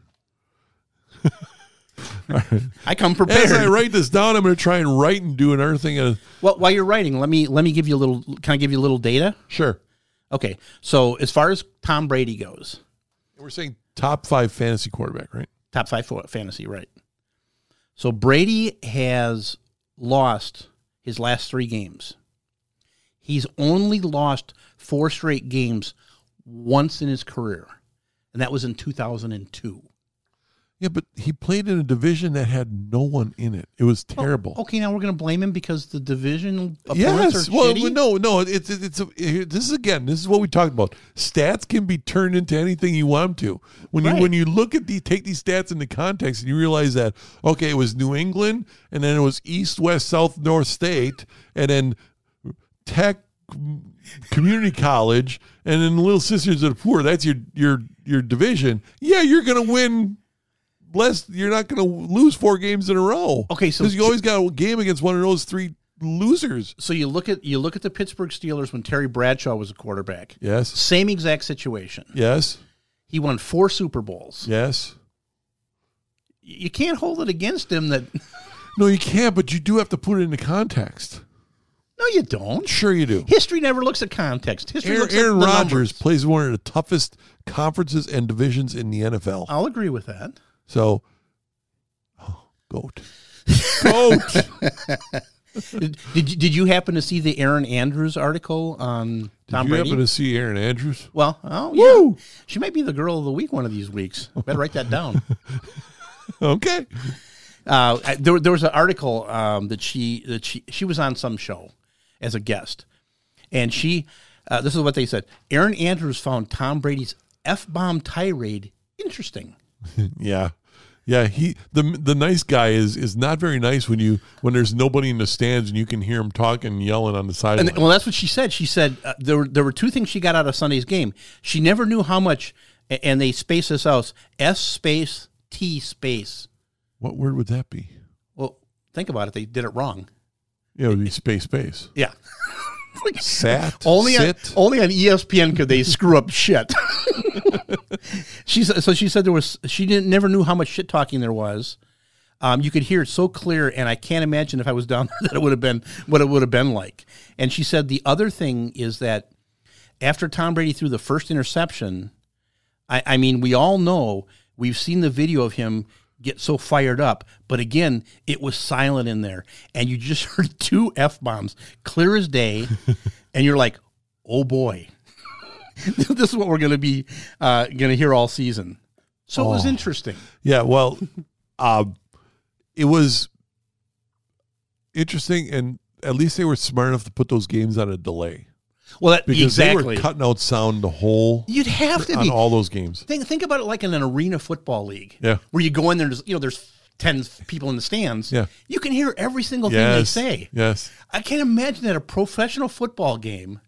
C: I come prepared.
B: As I write this down, I'm going to try and write and do another thing. Uh,
C: Well, while you're writing, let me let me give you a little. Can I give you a little data?
B: sure.
C: Okay, so as far as Tom Brady goes,
B: We're saying top five fantasy quarterback, right?
C: top five for fantasy, right? So Brady has lost his last three games. He's only lost four straight games once in his career, and that was in 2002.
B: Yeah, but he played in a division that had no one in it. It was terrible.
C: Okay, now we're going to blame him because the division opponents
B: Yes.
C: are
B: Well,
C: shitty?
B: no, no. It's it's, it's a, here- this is again. This is what we talked about. Stats can be turned into anything you want them to. When you
C: Right.
B: when you look at the take these stats into context and you realize that okay, it was New England and then it was East, West, South, North State, and then Tech Community College, and then Little Sisters of the Poor. That's your your your division. Yeah, you're gonna win. Less, you're not going to lose four games in a row.
C: Okay, so-
B: 'Cause you always got a game against one of those three losers.
C: So you look at you look at the Pittsburgh Steelers when Terry Bradshaw was a quarterback.
B: Yes.
C: Same exact situation.
B: Yes.
C: He won four Super Bowls.
B: Yes.
C: You can't hold it against him that
B: No, you can't, but you do have to put it into context.
C: No, you don't.
B: Sure, you do.
C: History never looks at context. History
B: Aaron,
C: looks at
B: Aaron
C: the
B: Rodgers
C: numbers.
B: plays one of the toughest conferences and divisions in the NFL.
C: I'll agree with that.
B: So, oh, goat. Goat.
C: Did, did you- did you happen to see the Aaron Andrews article on Tom
B: you
C: Brady?
B: happen to see Aaron Andrews?
C: well, oh yeah,
B: Woo!
C: she might be the girl of the week one of these weeks. Better write that down.
B: Okay.
C: uh, I- there, there was an article um, that she that she she was on some show as a guest, and she uh, this is what they said: Aaron Andrews found Tom Brady's f bomb tirade interesting.
B: Yeah. Yeah, he the the nice guy is is not very nice when you when there's nobody in the stands and you can hear him talking and yelling on the sideline.
C: And well, that's what she said. She said uh, there were there were two things she got out of Sunday's game. She never knew how much, a- and they space this out: S space T space.
B: what word would that be?
C: Well, think about it. They did it wrong.
B: Yeah, it would be space space.
C: Yeah.
B: Sat.
C: Only on,
B: sit.
C: only on E ESPN could they screw up shit. she sa- so she said there was she didn't never knew how much shit talking there was. Um, you could hear it so clear, and I can't imagine if I was down there that it would have been what it would have been like. And she said the other thing is that after Tom Brady threw the first interception, I, I mean, we all know we've seen the video of him get so fired up, but again, it was silent in there, and you just heard two f bombs, clear as day, and you're like, oh boy, this is what we're going to be uh, going to hear all season. Oh. So it was interesting.
B: Yeah, well, um, it was interesting, and at least they were smart enough to put those games on a delay
C: Well, that,
B: because they
C: exactly.
B: were cutting out sound the whole
C: You'd have to
B: on
C: be.
B: all those games.
C: Think think about it like in an arena football league.
B: Yeah.
C: Where you go in there, there's you know there's ten people in the stands.
B: Yeah.
C: You can hear every single
B: Yes,
C: thing they say.
B: yes,
C: I can't imagine that a professional football game.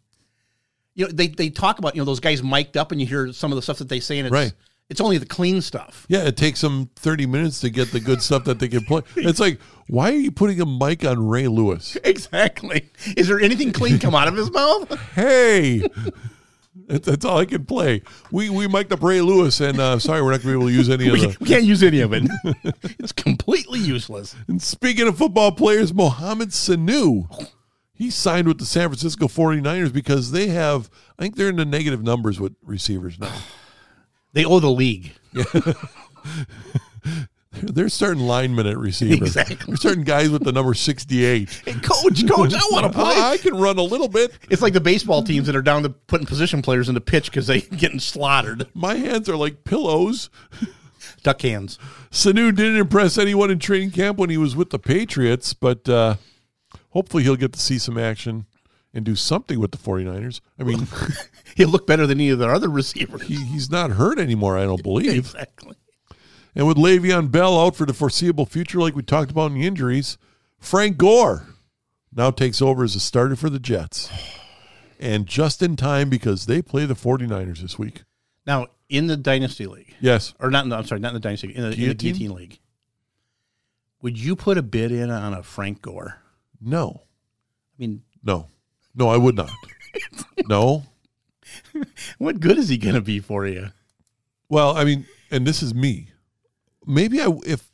C: You know they they talk about you know those guys mic'd up and you hear some of the stuff that they say and it's
B: Right.
C: it's only the clean stuff.
B: yeah. It takes them thirty minutes to get the good stuff that they can play. It's like, why are you putting a mic on Ray Lewis?
C: Exactly. Is there anything clean come out of his mouth?
B: Hey. That's that's all I can play. We we mic'd up Ray Lewis, and uh, sorry, we're not going to be able to use any of the
C: We can't use any of it. it's completely useless.
B: And speaking of football players, Mohamed Sanu, he signed with the San Francisco 49ers because they have, I think they're in the negative numbers with receivers now.
C: They owe the league.
B: They're starting linemen at receiver.
C: Exactly.
B: They're starting guys with the number 68.
C: Hey, coach, coach, I want to play.
B: I, I can run a little bit.
C: It's like the baseball teams that are down to putting position players in the pitch because they getting slaughtered.
B: My hands are like pillows.
C: Duck hands.
B: Sanu didn't impress anyone in training camp when he was with the Patriots, but uh, hopefully he'll get to see some action and do something with the 49ers. I mean,
C: He'll look better than any of their other receivers.
B: he, he's not hurt anymore, I don't believe.
C: Exactly.
B: And with Le'Veon Bell out for the foreseeable future, like we talked about in the injuries, Frank Gore now takes over as a starter for the Jets. And just in time because they play the 49ers this week.
C: Now in the dynasty league,
B: Yes.
C: or not? In the, I'm sorry, not in the dynasty. League, In the, in the
B: Guillotine?
C: guillotine league, would you put a bid in on a Frank Gore?
B: No.
C: I mean,
B: No. No, I would not. No.
C: what good is he going to be for you?
B: Well, I mean, and this is me. Maybe I if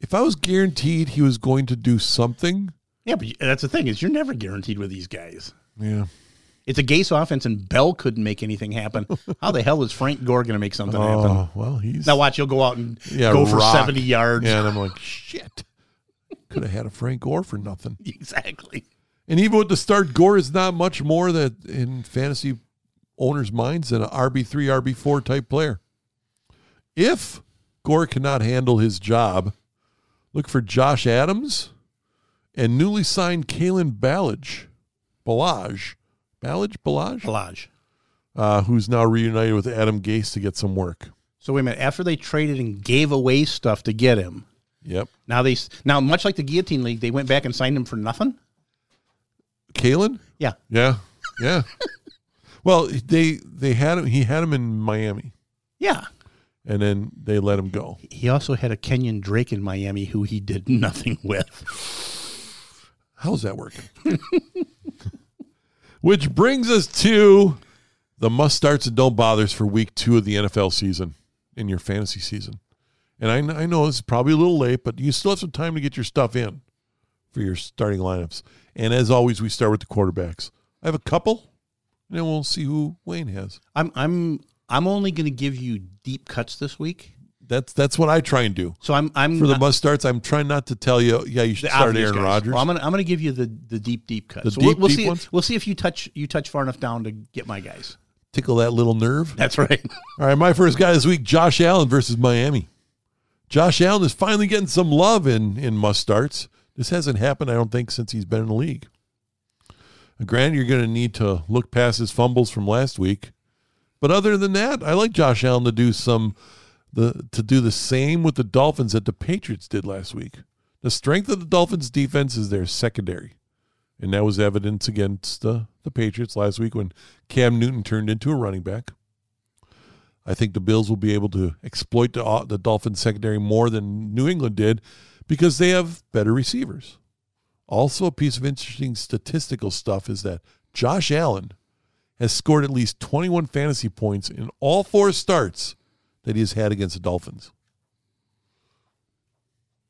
B: if I was guaranteed he was going to do something.
C: Yeah, but you- that's the thing is you're never guaranteed with these guys.
B: Yeah.
C: It's a Gase offense, and Bell couldn't make anything happen. How the hell is Frank Gore going to make something happen?
B: Oh, well, he's
C: Now watch, he'll go out and
B: Yeah,
C: go for
B: rock.
C: seventy yards.
B: Yeah, and I'm like, shit. Could have had a Frank Gore for nothing.
C: Exactly.
B: And even with the start, Gore is not much more that in fantasy owners' minds than an RB three, RB four type player. If Gore cannot handle his job, look for Josh Adams and newly signed Kalen Ballage, Ballage, Ballage, Ballage,
C: Balaj.
B: uh, who's now reunited with Adam Gase to get some work.
C: So wait a minute. After they traded and gave away stuff to get him,
B: Yep,
C: now they s- now much like the Guillotine League, they went back and signed him for nothing.
B: Kalen.
C: Yeah.
B: Yeah, yeah. well, they they had him. He had him in Miami,
C: Yeah.
B: and then they let him go.
C: He also had a Kenyan Drake in Miami who he did nothing with.
B: How's that working? Which brings us to the must starts and don't bothers for week two of the NFL season in your fantasy season. And I, kn- I know it's probably a little late, but you still have some time to get your stuff in for your starting lineups. And as always, we start with the quarterbacks. I have a couple, and then we'll see who Wayne has.
C: I'm I'm I'm only going to give you deep cuts this week.
B: That's that's what I try and do.
C: So I'm I'm
B: For the must starts, I'm trying not to tell you, yeah, you should start
C: obvious
B: Aaron
C: guys.
B: Rodgers.
C: Well, I'm gonna I'm gonna give you the the deep deep cuts.
B: The
C: so we'll,
B: deep,
C: we'll
B: deep
C: see
B: ones?
C: we'll see if you touch you touch far enough down to get my guys.
B: Tickle that little nerve.
C: That's right.
B: All right, my first guy this week, Josh Allen versus Miami. Josh Allen is finally getting some love in in must starts. This hasn't happened, I don't think, since he's been in the league. Granted, you're going to need to look past his fumbles from last week, but other than that, I like Josh Allen to do some the to do the same with the Dolphins that the Patriots did last week. The strength of the Dolphins' defense is their secondary, and that was evidence against the, the Patriots last week when Cam Newton turned into a running back. I think the Bills will be able to exploit the, uh, the Dolphins secondary more than New England did because they have better receivers. Also, a piece of interesting statistical stuff is that Josh Allen has scored at least 21 fantasy points in all four starts that he has had against the Dolphins.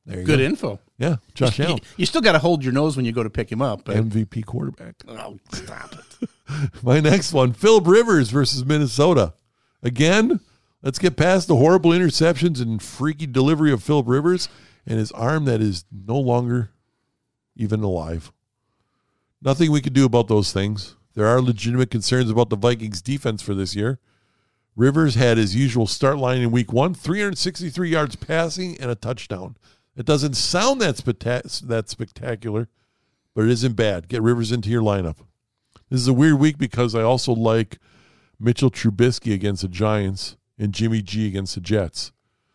B: There you
C: Good
B: go.
C: info.
B: Yeah, Josh
C: You,
B: Allen,
C: you still got to hold your nose when you go to pick him up. But,
B: MVP quarterback.
C: oh, stop it.
B: My next one, Philip Rivers versus Minnesota. Again, let's get past the horrible interceptions and freaky delivery of Philip Rivers and his arm that is no longer even alive. Nothing we could do about those things. There are legitimate concerns about the Vikings defense for this year. Rivers had his usual start line in week one 363 yards passing and a touchdown. It doesn't sound that, spectac- that spectacular, but it isn't bad. Get Rivers into your lineup. This is a weird week because I also like Mitchell Trubisky against the Giants and Jimmy G against the Jets.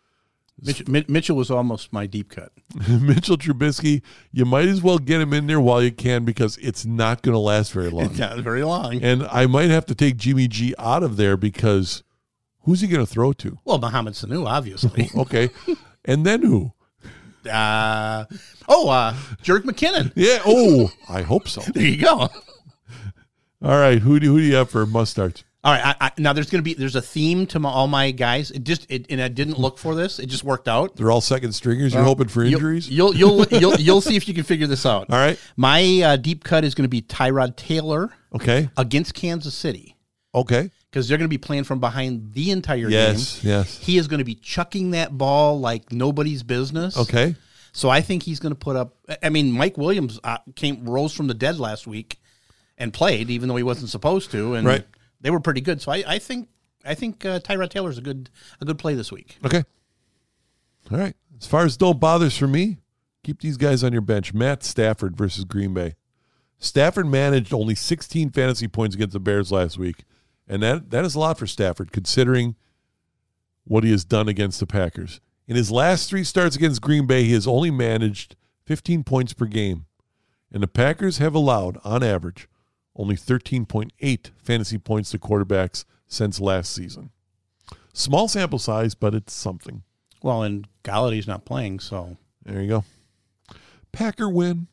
C: Mitch, Mi- Mitchell was almost my deep cut.
B: Mitchell Trubisky, you might as well get him in there while you can because it's not going to last very long.
C: Not very long.
B: And I might have to take Jimmy G out of there because who's he going to throw to?
C: Well, Mohammed Sanu, obviously.
B: Okay. and then who?
C: uh, oh, uh, Jerk McKinnon.
B: Yeah. Oh, I hope so.
C: There you go.
B: All right. Who do, who do you have for must starts?
C: All right. I, I, now there's going to be there's a theme to my, all my guys. It just it, and I didn't look for this. It just worked out.
B: They're all second stringers. You're hoping for injuries?
C: You'll you'll you'll, you'll, you'll see if you can figure this out.
B: all right.
C: My uh, deep cut is going to be Tyrod Taylor
B: Okay.
C: against Kansas City
B: Okay.
C: because they're going to be playing from behind the entire
B: Yes.
C: game.
B: Yes.
C: He is going to be chucking that ball like nobody's business.
B: Okay.
C: So I think he's going to put up. I- I mean, Mike Williams uh, came rose from the dead last week and played, even though he wasn't supposed to, and
B: Right.
C: they were pretty good. So I, I think I think uh, Tyrod Taylor's a good a good play this week.
B: Okay. All right. As far as don't bothers for me, keep these guys on your bench. Matt Stafford versus Green Bay. Stafford managed only 16 fantasy points against the Bears last week, and that that is a lot for Stafford considering what he has done against the Packers. In his last 3 starts against Green Bay, he has only managed 15 points per game, and the Packers have allowed on average only 13.8 fantasy points to quarterbacks since last season. Small sample size, but it's something.
C: Well, and Galladay's not playing, so
B: There you go. Packer win.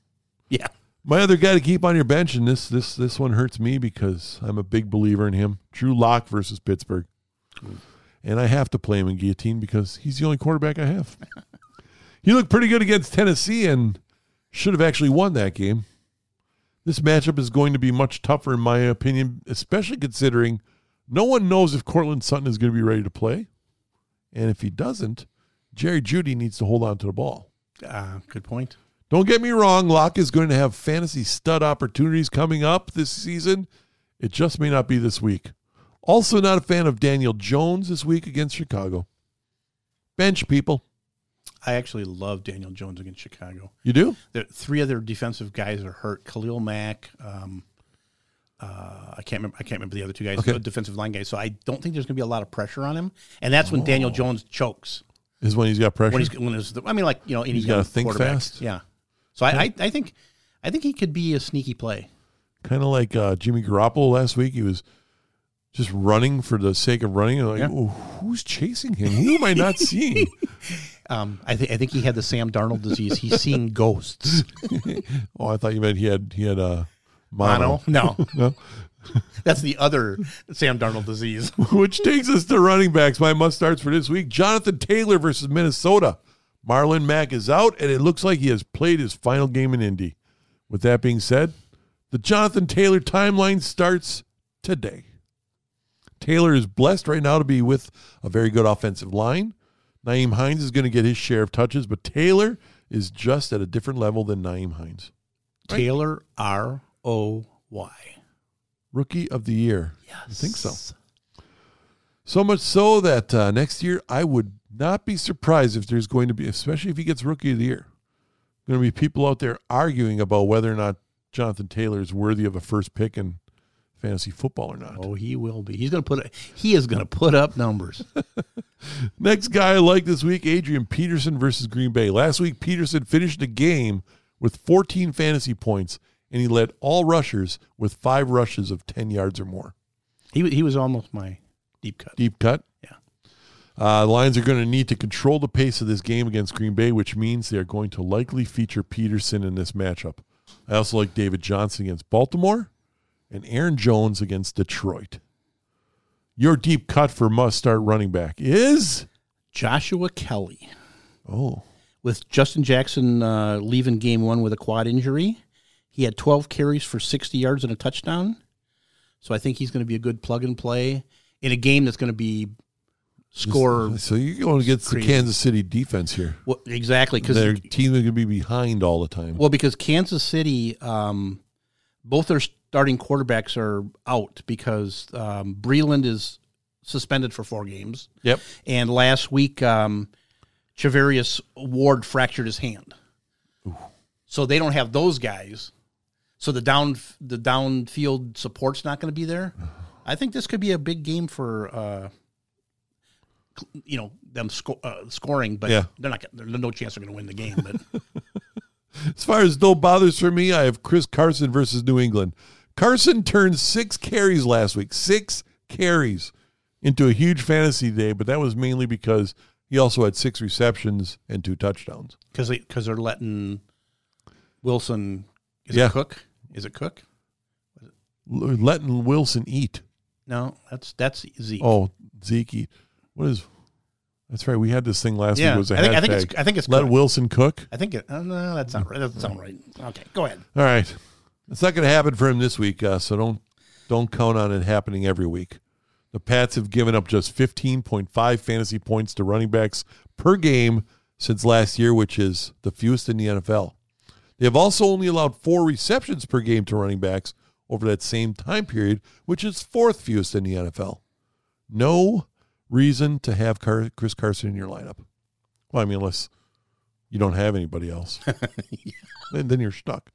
C: yeah.
B: My other guy to keep on your bench, and this this this one hurts me because I'm a big believer in him. Drew Lock versus Pittsburgh. And I have to play him in guillotine because he's the only quarterback I have. he looked pretty good against Tennessee and should have actually won that game. This matchup is going to be much tougher, in my opinion, especially considering no one knows if Cortland Sutton is going to be ready to play. And if he doesn't, Jerry Judy needs to hold on to the ball.
C: Uh, good point.
B: Don't get me wrong, Locke is going to have fantasy stud opportunities coming up this season. It just may not be this week. Also, not a fan of Daniel Jones this week against Chicago. Bench people.
C: I actually love Daniel Jones against Chicago.
B: You do?
C: There, three other defensive guys are hurt. Khalil Mack. Um, uh, I can't remember. I can't remember the other two guys.
B: Okay.
C: the Defensive line guys. So I don't think there's going to be a lot of pressure on him, and that's when Daniel Jones chokes.
B: Is when he's got pressure.
C: when he's when is the, I mean like you know any
B: He's
C: young
B: gotta think
C: quarterback.
B: fast.
C: Yeah. So I, I I think I think he could be a sneaky play.
B: kind of like uh, Jimmy Garoppolo last week. He was just running for the sake of running. Like,
C: Yeah.
B: "Oh, who's chasing him? Who am I not seeing?
C: Um, I think I think he had the Sam Darnold disease. He's seeing ghosts.
B: oh, I thought you meant he had he had a mono.
C: Mono? No,
B: No.
C: that's the other Sam Darnold disease.
B: Which takes us to running backs. My must starts for this week Jonathan Taylor versus Minnesota. Marlon Mack is out, and it looks like he has played his final game in Indy. With that being said, the Jonathan Taylor timeline starts today. Taylor is blessed right now to be with a very good offensive line. Naeem Hines is going to get his share of touches, but Taylor is just at a different level than Naeem Hines.
C: Taylor R O Y.
B: Rookie of the year. Yes. I think so. So much so that uh, next year I would not be surprised if there's going to be, especially if he gets Rookie of the Year, going to be people out there arguing about whether or not Jonathan Taylor is worthy of a first pick in fantasy football or not.
C: Oh, he will be. He's gonna put. He is gonna put up numbers.
B: Next guy I like this week, Adrian Peterson versus Green Bay. Last week, Peterson finished the game with 14 fantasy points, and he led all rushers with five rushes of 10 yards or more.
C: He he was almost my deep cut.
B: Deep cut.
C: Yeah.
B: Uh, the Lions are going to need to control the pace of this game against Green Bay, which means they are going to likely feature Peterson in this matchup. I also like David Johnson against Baltimore and Aaron Jones against Detroit. Your deep cut for must start running back is
C: Joshua Kelly
B: oh
C: with Justin Jackson uh, leaving game one with a quad injury. He had 12 carries for 60 yards and a touchdown. So I think he's going to be a good plug and play in a game that's going to be score
B: So you're going against the
C: Crazy.
B: Kansas City defense here.
C: well, exactly
B: Their
C: because
B: team is going to be behind all the time.
C: well because Kansas City um, both their starting quarterbacks are out because um, Breland is suspended for four games
B: Yep.
C: and last week um, Chavarius Ward fractured his hand. So they don't have those guys. So the down the downfield support's not going to be there. I think this could be a big game for uh, cl- you know them sco- uh, scoring, but
B: Yeah.
C: they're not. gonna- There's no chance they're going to win the game. But
B: As far as no bothers for me, I have Chris Carson versus New England. Carson turned six carries last week, six carries into a huge fantasy day, but that was mainly because he also had six receptions and two touchdowns.
C: because they, cause they're letting Wilson is
B: Yeah.
C: it Cook is it Cook?
B: L- Letting Wilson eat.
C: No, that's that's Zeke.
B: Oh, Zeke. What is? That's right. We had this thing last
C: Yeah,
B: week. Was a
C: I think- I think
B: hashtag.
C: it's- I think it's
B: let
C: correct.
B: Wilson cook.
C: I think it, uh, no, that's not right. That doesn't sound right. Okay, go ahead.
B: All right, it's not going to happen for him this week. Uh, so don't don't count on it happening every week. The Pats have given up just 15.5 fantasy points to running backs per game since last year, which is the fewest in the NFL. They have also only allowed four receptions per game to running backs over that same time period, which is fourth fewest in the NFL. No reason to have Car- Chris Carson in your lineup. Well, I mean, unless you don't have anybody else, then, then you're stuck.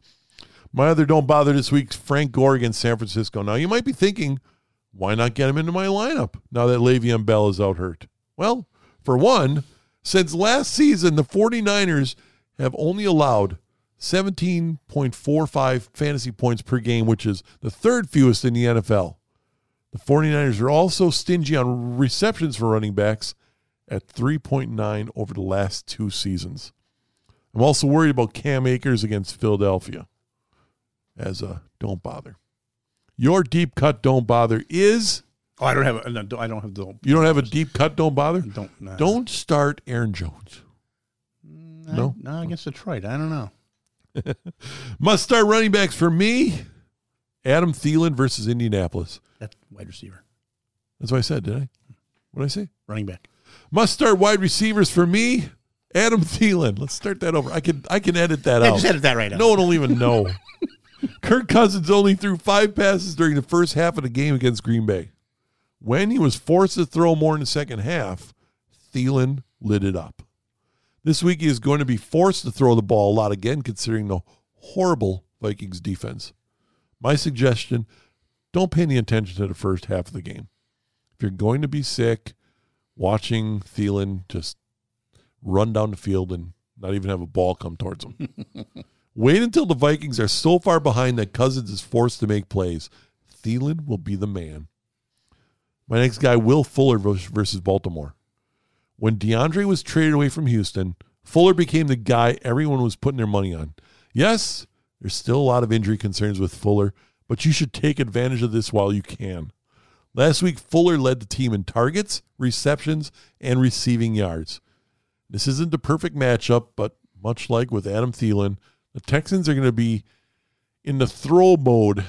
B: My other don't bother this week, Frank Gore against San Francisco. Now, you might be thinking, why not get him into my lineup now that Le'Veon Bell is out hurt? Well, for one, since last season, the 49ers have only allowed 17.45 fantasy points per game, which is the third fewest in the NFL. The 49ers are also stingy on receptions for running backs at 3.9 over the last two seasons. I'm also worried about Cam Akers against Philadelphia as a don't bother. Your deep cut don't bother is
C: Oh, I don't have. a- No, I don't have the.
B: you don't have a deep cut don't bother.
C: Don't no.
B: Don't start Aaron Jones.
C: I-
B: no?
C: no against Detroit. I don't know.
B: Must start running backs for me. Adam Thielen versus Indianapolis.
C: That's wide receiver,
B: That's what I said, did I? What did I say?
C: running back.
B: Must start wide receivers for me. Adam Thielen. Let's start that over. I can I can edit that
C: Yeah,
B: out.
C: just edit that right out.
B: No one will even know. Kirk Cousins only threw five passes during the first half of the game against Green Bay. When he was forced to throw more in the second half, Thielen lit it up. This week he is going to be forced to throw the ball a lot again, considering the horrible Vikings defense. My suggestion don't pay any attention to the first half of the game. If you're going to be sick, watching Thielen just run down the field and not even have a ball come towards him. Wait until the Vikings are so far behind that Cousins is forced to make plays. Thielen will be the man. My next guy, Will Fuller vers- versus Baltimore. When DeAndre was traded away from Houston, Fuller became the guy everyone was putting their money on. Yes, there's still a lot of injury concerns with Fuller, but you should take advantage of this while you can. Last week, Fuller led the team in targets, receptions, and receiving yards. This isn't the perfect matchup, but much like with Adam Thielen, the Texans are going to be in the throw mode,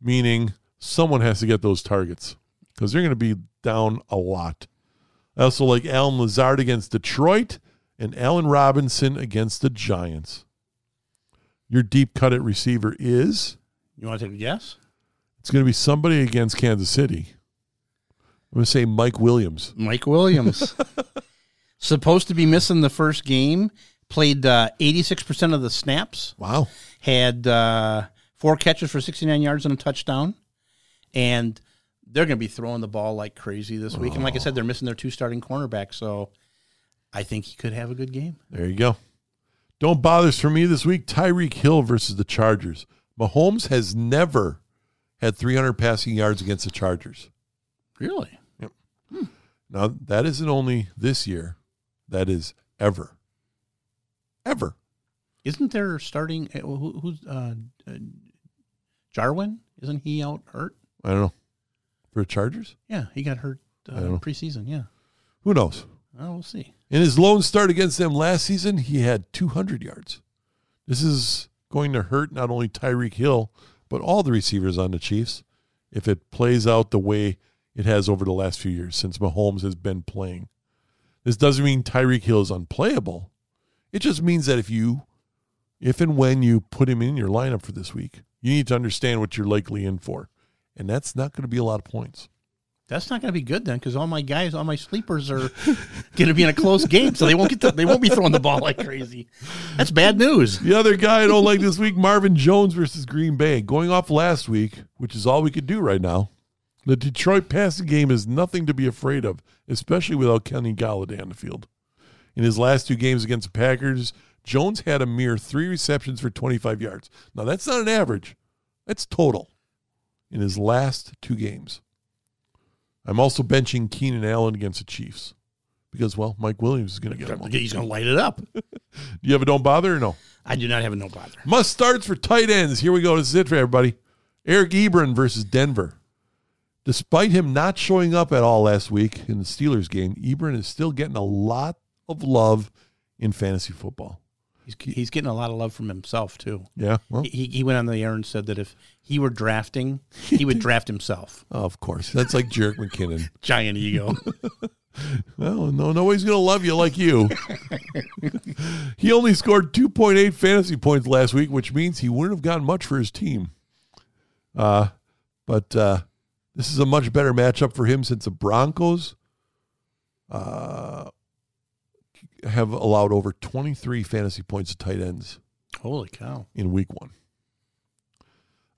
B: meaning someone has to get those targets because they're going to be down a lot. I also like Alan Lazard against Detroit and Allen Robinson against the Giants. Your deep cut at receiver is
C: You want to take a guess?
B: it's going to be somebody against Kansas City. I'm going to say Mike Williams.
C: Mike Williams, supposed to be missing the first game, played uh, eighty-six percent of the snaps,
B: Wow.
C: had uh, four catches for sixty-nine yards and a touchdown, and they're going to be throwing the ball like crazy this week. And like I said, they're missing their two starting cornerbacks, so I think he could have a good game.
B: There you go. Don't bothers for me this week. Tyreek Hill versus the Chargers. Mahomes has never had 300 passing yards against the Chargers.
C: Really?
B: Now that isn't only this year. That is ever, ever.
C: Isn't there starting? uh, Who, who's uh, uh, Jarwin? Isn't he out hurt?
B: I don't know for the Chargers.
C: Yeah, he got hurt uh,
B: don't know.
C: preseason. Yeah,
B: Who knows?
C: well, we'll see.
B: In his lone start against them last season, he had 200 yards. This is going to hurt not only Tyreek Hill, but all the receivers on the Chiefs if it plays out the way it has over the last few years since Mahomes has been playing. This doesn't mean Tyreek Hill is unplayable. It just means that if you, if and when you put him in your lineup for this week, you need to understand what you're likely in for. And that's not going to be a lot of points.
C: That's not going to be good then, because all my guys, all my sleepers are going to be in a close game, so they won't get the, they won't be throwing the ball like crazy. That's bad news.
B: The other guy I don't like this week, Marvin Jones versus Green Bay. Going off last week, which is all we could do right now, the Detroit passing game is nothing to be afraid of, especially without Kenny Galladay on the field. In his last two games against the Packers, Jones had a mere three receptions for 25 yards. Now, that's not an average, that's total in his last two games. I'm also benching Keenan Allen against the Chiefs because, well, Mike Williams is going to get him. Do
C: He's going to light it up.
B: you have a don't bother or no?
C: I do not have a no bother.
B: Must starts for tight ends. Here we go. This is it for everybody. Eric Ebron versus Denver. Despite him not showing up at all last week in the Steelers game, Ebron is still getting a lot of love in fantasy football.
C: He's, he's getting a lot of love from himself too.
B: Yeah. Well,
C: He he went on the air and said that if he were drafting, he would draft himself.
B: of course. That's like Jarek McKinnon.
C: Giant ego.
B: Well, no, nobody's going to love you like you. he only scored 2.8 fantasy points last week, which means he wouldn't have gotten much for his team. Uh, but uh, this is a much better matchup for him since the Broncos uh, have allowed over 23 fantasy points to tight ends
C: Holy cow!
B: in week one.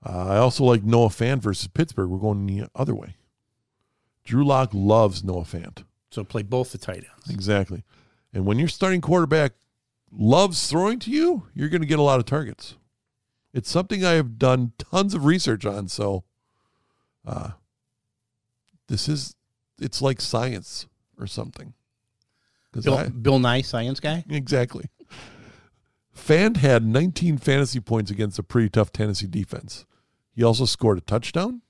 B: Uh, I also like Noah Fant versus Pittsburgh. We're going the other way. Drew Lock loves Noah Fant.
C: So play both the tight ends.
B: Exactly. And when your starting quarterback loves throwing to you, you're going to get a lot of targets. It's something I have done tons of research on. So, uh, this is, it's like science or something. 'Cause
C: Bill,
B: I-
C: Bill Nye, science guy.
B: Exactly. Fand had 19 fantasy points against a pretty tough Tennessee defense. He also scored a touchdown.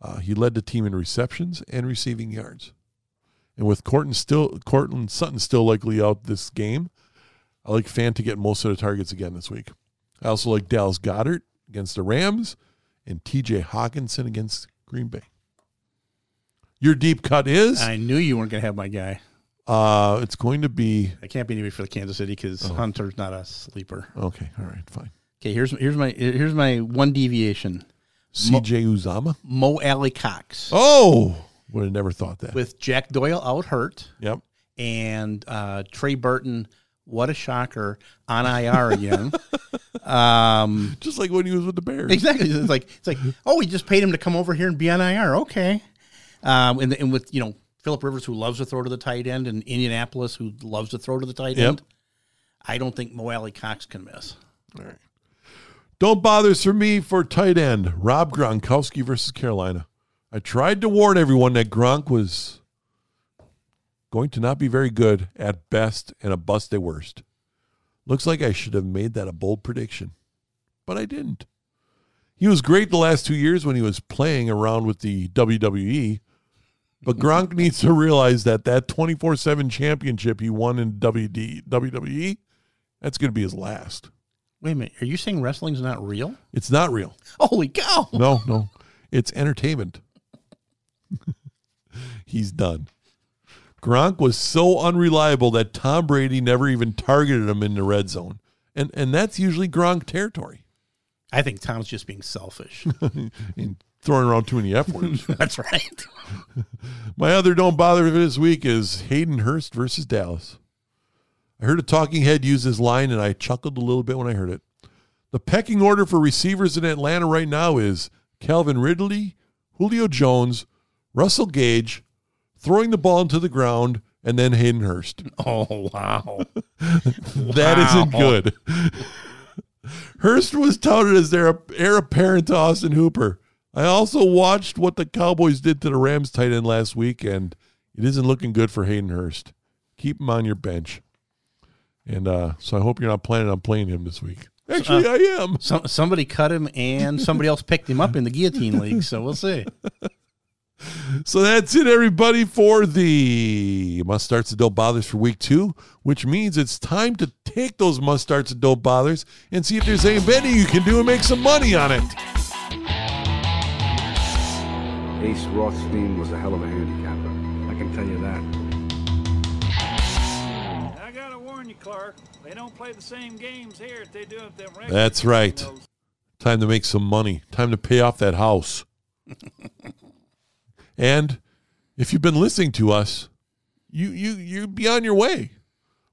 B: Uh, he led the team in receptions and receiving yards. And with Corton still Cortland Sutton still likely out this game, I like Fan to get most of the targets again this week. I also like Dallas Goddard against the Rams and TJ Hawkinson against Green Bay. Your deep cut is
C: I knew you weren't going to have my guy.
B: uh, it's going to be
C: I can't be anybody for the Kansas City because
B: Oh.
C: Hunter's not a sleeper.
B: okay, all right, fine.
C: Okay, here's here's my here's my one deviation.
B: CJ Uzama.
C: Mo Alley Cox
B: Oh, would have never thought that.
C: with Jack Doyle out hurt
B: yep.
C: and uh, Trey Burton. What a shocker on IR again. um,
B: Just like when he was with the Bears.
C: exactly. It's like it's like oh, we just paid him to come over here and be on IR. Okay. Um, and and with you know Philip Rivers who loves to throw to the tight end and Indianapolis who loves to throw to the tight
B: Yep.
C: end. I don't think Mo Alley Cox can miss.
B: All right. Don't bothers for me for tight end Rob Gronkowski versus Carolina. I tried to warn everyone that Gronk was going to not be very good at best and a bust at worst. Looks like I should have made that a bold prediction, but I didn't. He was great the last two years when he was playing around with the WWE, but Gronk needs to realize that that 24 7 championship he won in WD, WWE, E, that's going to be his last.
C: Wait a minute, are you saying wrestling's not real?
B: It's not real.
C: Holy cow!
B: No, no. It's entertainment. He's done. Gronk was so unreliable that Tom Brady never even targeted him in the red zone. And and that's usually Gronk territory.
C: I think Tom's just being selfish.
B: And throwing around too many F words.
C: That's right.
B: My other don't bother for this week is Hayden Hurst versus Dallas. I heard a talking head use this line and I chuckled a little bit when I heard it. The pecking order for receivers in Atlanta right now is Calvin Ridley, Julio Jones, Russell Gage, throwing the ball into the ground, and then Hayden Hurst.
C: Oh wow!
B: That not good. Hurst was touted as their heir apparent to Austin Hooper. I also watched what the Cowboys did to the Rams tight end last week, and it isn't looking good for Hayden Hurst. Keep him on your bench. And uh, so I hope you're not planning on playing him this week. Actually, I am.
C: Some, somebody cut him, and somebody else picked him up in the guillotine league. So we'll see.
B: So that's it, everybody, for the must starts and don't bothers for week two, which means it's time to take those must starts and don't bothers and see if there's any betting you can do and make some money on it.
G: Ace Rothstein was a hell of a handicapper. I can tell you that.
F: I gotta warn you, Clark. They don't play the same games here that they do at them regular
B: That's right. Time to make some money. Time to pay off that house. and if you've been listening to us, you you you be on your way.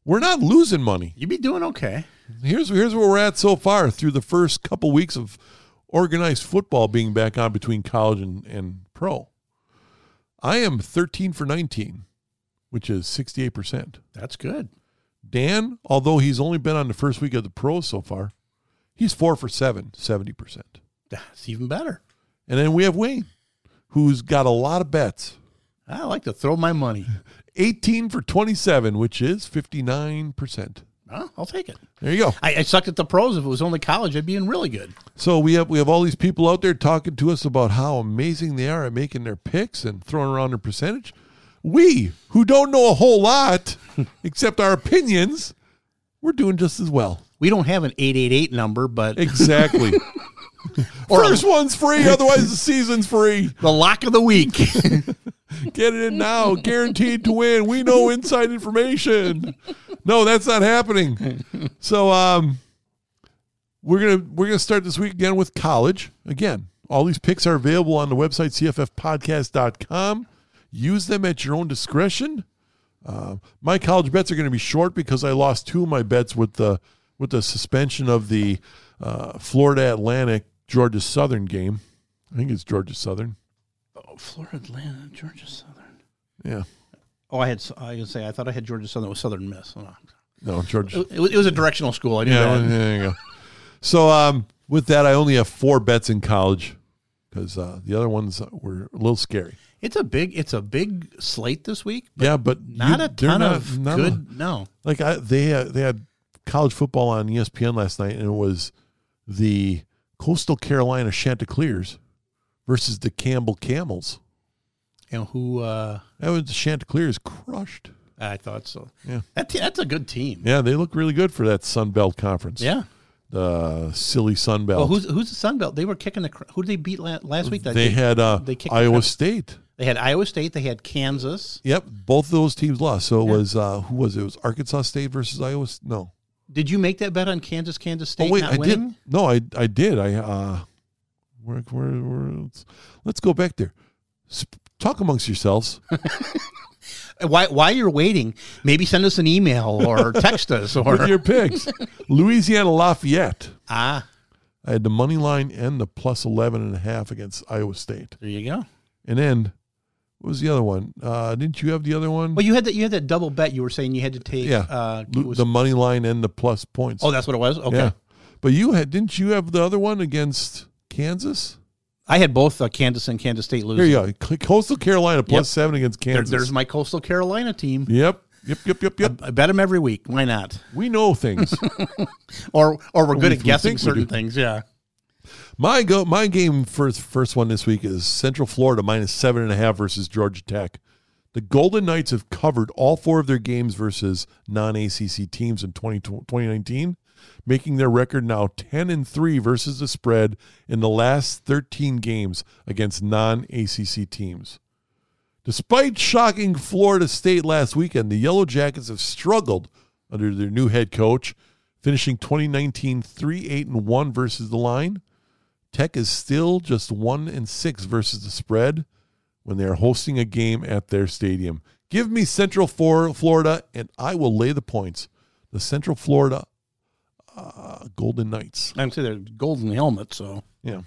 B: We're not losing money.
C: You'd be doing okay.
B: Here's here's where we're at so far through the first couple weeks of organized football being back on between college and, and pro. I am 13 for 19, which is 68%.
C: That's good.
B: Dan, although he's only been on the first week of the pros so far, he's 4 for 7, 70%.
C: That's even better.
B: And then we have Wayne, who's got a lot of bets.
C: I like to throw my money.
B: 18 for 27, which is 59%.
C: Huh? I'll take it.
B: There you go.
C: I, I sucked at the pros. If it was only college, I'd be in really good.
B: So we have we have all these people out there talking to us about how amazing they are at making their picks and throwing around their percentage. We, who don't know a whole lot except our opinions, we're doing just as well.
C: We don't have an 888 number, but
B: Exactly. First one's free, otherwise the season's free.
C: the lock of the week.
B: Get it in now, guaranteed to win. We know inside information. No, that's not happening. So um we're gonna we're gonna start this week again with college. Again, all these picks are available on the website cffpodcast.com. Use them at your own discretion. Um, my college bets are going to be short because I lost two of my bets with the with the suspension of the uh, Florida Atlantic Georgia Southern game. I think it's Georgia Southern.
C: Florida, Atlanta, Georgia Southern.
B: Yeah,
C: Oh, I had. I was gonna say I thought I had Georgia Southern. It was Southern Miss. Hold on.
B: no Georgia.
C: It, was- it was a directional school. I knew
B: Yeah,
C: that.
B: there you go. So um, with that, I only have four bets in college because uh, the other ones were a little scary.
C: It's a big. It's a big slate this week.
B: yeah, but you-
C: Not a
B: they're
C: ton
B: not-
C: of
B: not a-
C: good. no.
B: like I, they uh, they had college football on E ESPN last night, and it was the Coastal Carolina Chanticleers versus the Campbell Camels.
C: And who? uh
B: That was the Chanticleers crushed.
C: I thought so.
B: Yeah.
C: That te- that's a good team.
B: Yeah, they look really good for that Sun Belt conference.
C: Yeah.
B: the silly Sun Belt.
C: Oh, who's who's the Sun Belt? They were kicking the. cr- Who did they beat la- last week? That
B: they had uh,
C: they kicked the
B: Iowa
C: crap-
B: State.
C: They had Iowa State. They had Kansas.
B: Yep, both of those teams lost. So it was uh, who was it? It was Arkansas State versus Iowa. S- No,
C: Did you make that bet on Kansas? Kansas State not
B: Oh, I
C: winning.
B: did. No, I I did. I uh, where where, where let's, let's go back there. Sp- talk amongst yourselves.
C: Why? While you're waiting, maybe send us an email or text us or
B: with your picks. Louisiana Lafayette.
C: ah.
B: I had the money line and the plus 11 and a half against Iowa State.
C: There you go.
B: And then what was the other one? Uh, didn't you have the other one?
C: Well, you had that. You had that double bet. You were saying you had to take.
B: yeah.
C: Uh, it
B: Lu-
C: was-
B: the money line and the plus points.
C: oh, that's what it was. Okay.
B: Yeah. But you had didn't you have the other one against Kansas?
C: I had both uh, Kansas and Kansas State
B: Here
C: losing.
B: you go. Co- Coastal Carolina plus 7 against
C: There-
B: Kansas.
C: there's my Coastal Carolina team.
B: Yep. Yep, yep, yep, yep.
C: I bet them every week. Why not?
B: We know things.
C: Or or we're good
B: we
C: at guessing
B: think we
C: certain
B: do.
C: things. Yeah.
B: my go my game first first one this week is Central Florida minus seven and a half versus Georgia Tech. The Golden Knights have covered all four of their games versus non-ACC teams in 20, 2019, making their record now 10 and 3 versus the spread in the last 13 games against non-ACC teams. Despite shocking Florida State last weekend, the Yellow Jackets have struggled under their new head coach, finishing 2019 3 8 and 1 versus the line. Tech is still just 1 and 6 versus the spread when they are hosting a game at their stadium. Give me Central Flor- Florida and I will lay the points. The Central Florida uh, Golden Knights.
C: I'm saying they're golden helmet. So
B: Yeah.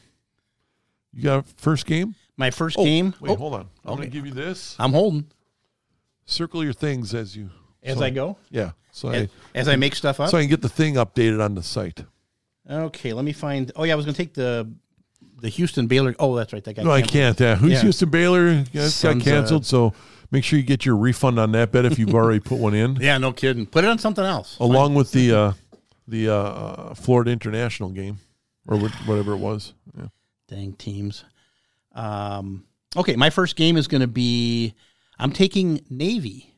B: You got a first game?
C: my first
B: Oh,
C: game.
B: Wait,
C: oh,
B: hold on. I'm going
C: Okay.
B: to give you this.
C: I'm holding
B: Circle your things as you
C: as
B: so-
C: I go.
B: Yeah. So
C: As,
B: I
C: as I make stuff up.
B: so I can get the thing updated on the site.
C: Okay, let me find. Oh yeah, I was gonna take the the Houston Baylor. Oh, that's right. That guy.
B: No, I can't. Yeah. Who's
C: Yeah.
B: Houston Baylor? Yeah, it's got
C: Sons of-
B: canceled. So make sure you get your refund on that bet if you've already put one in,
C: Yeah, no kidding. Put it on something else.
B: along with the uh, the uh, Florida International game or wh- whatever it was. Yeah.
C: Dang teams. Um, Okay, my first game is going to be I'm taking Navy,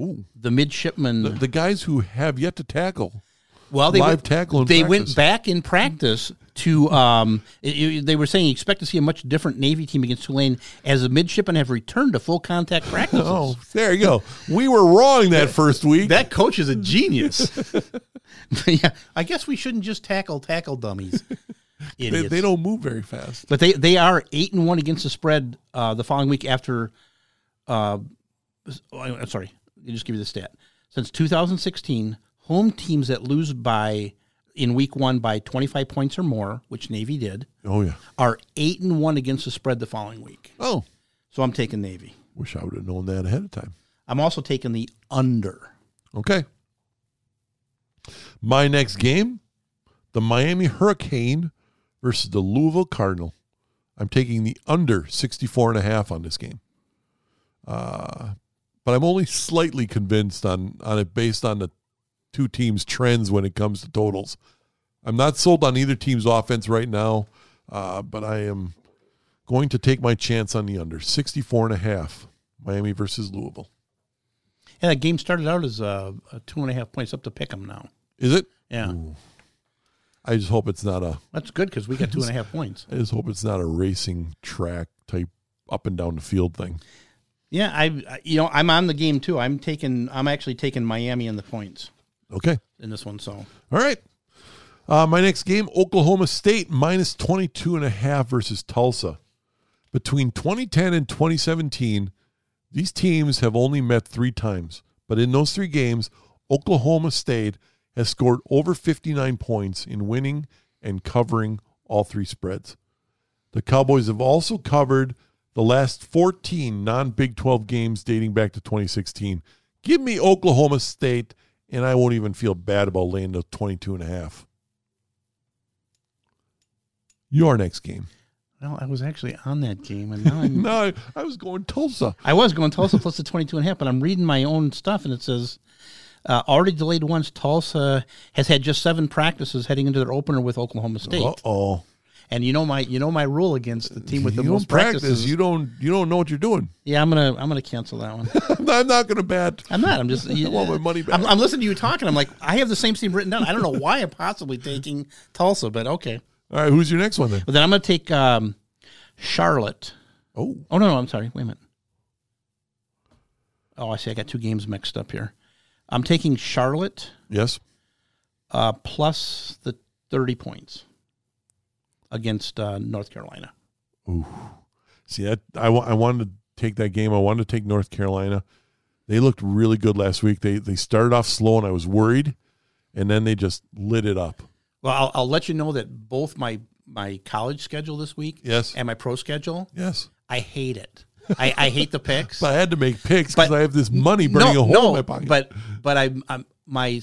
B: Ooh.
C: the midshipman.
B: The, the guys who have yet to tackle.
C: well, they
B: live
C: went,
B: tackle in
C: They
B: practice.
C: went back in practice to. Um, it- it- they were saying expect to see a much different Navy team against Tulane as the midshipmen have returned to full contact practices.
B: Oh, there you go. We were wrong that first week.
C: That coach is a genius. yeah, I guess we shouldn't just tackle tackle dummies.
B: they,
C: Idiots.
B: they don't move very fast.
C: But they they are eight and one against the spread uh, the following week after. Uh, oh, I'm sorry, let me just give you the stat. Since 2016, home teams that lose by in week one by 25 points or more, which Navy did,
B: Oh yeah.
C: are eight and one against the spread the following week.
B: Oh,
C: So I'm taking Navy.
B: wish I would have known that ahead of time.
C: I'm also taking the under.
B: Okay. My next game, the Miami Hurricane versus the Louisville Cardinal. I'm taking the under 64 and a half on this game. Uh, but I'm only slightly convinced on, on it based on the two teams' trends when it comes to totals. I'm not sold on either team's offense right now, uh, but I am going to take my chance on the under 64 and a half, Miami versus Louisville.
C: And that game started out as uh, a two and a half points up to pick 'em now.
B: Is it?
C: Yeah,
B: I just hope it's not a
C: that's good because we got two and a half points.
B: I just hope it's not a racing track type up and down the field thing.
C: Yeah, I I- you know I'm on the game too. I'm taking I'm actually taking Miami in the points
B: Okay.
C: in this one. So
B: All right. Uh, my next game, Oklahoma State minus 22 and a half versus Tulsa. Between 2010 and 2017, these teams have only met three times. But in those three games, Oklahoma State has scored over 59 points in winning and covering all three spreads. The Cowboys have also covered the last 14 non Big 12 games dating back to 2016. Give me Oklahoma State, and I won't even feel bad about laying the 22 and a half. Your next game.
C: well, I was actually on that game, and now I'm,
B: No, I, I was going Tulsa.
C: I was going Tulsa plus the 22 and a half, but I'm reading my own stuff, and it says uh, already delayed once. Tulsa has had just seven practices heading into their opener with Oklahoma State,
B: Uh oh.
C: and you know my you know my rule against the team with the
B: you don't
C: most
B: practice.
C: practices.
B: You don't. You don't know what you're doing.
C: yeah, I'm gonna I'm gonna cancel that one.
B: I'm not going to bet.
C: I'm not. I'm just.
B: I want my money back.
C: I'm, I'm listening to you talking. I'm like, I have the same team written down. I don't know why I'm possibly taking Tulsa, but okay.
B: All right. Who's your next one then?
C: But then I'm going to take um, Charlotte.
B: Oh,
C: Oh no, no, I'm sorry. Wait a minute. Oh, I see. I got two games mixed up here. I'm taking Charlotte
B: yes.
C: uh, plus the 30 points against uh, North Carolina.
B: See that I, wa- I wanted to take that game. I wanted to take North Carolina. They looked really good last week. They they started off slow, and I was worried, and then they just lit it up.
C: Well, I'll, I'll let you know that both my my college schedule this week,
B: Yes.
C: and my pro schedule,
B: Yes,
C: I hate it. I, I hate the picks.
B: but I had to make picks because
C: But-
B: I have this money burning a hole in my pocket.
C: But but I'm, I'm my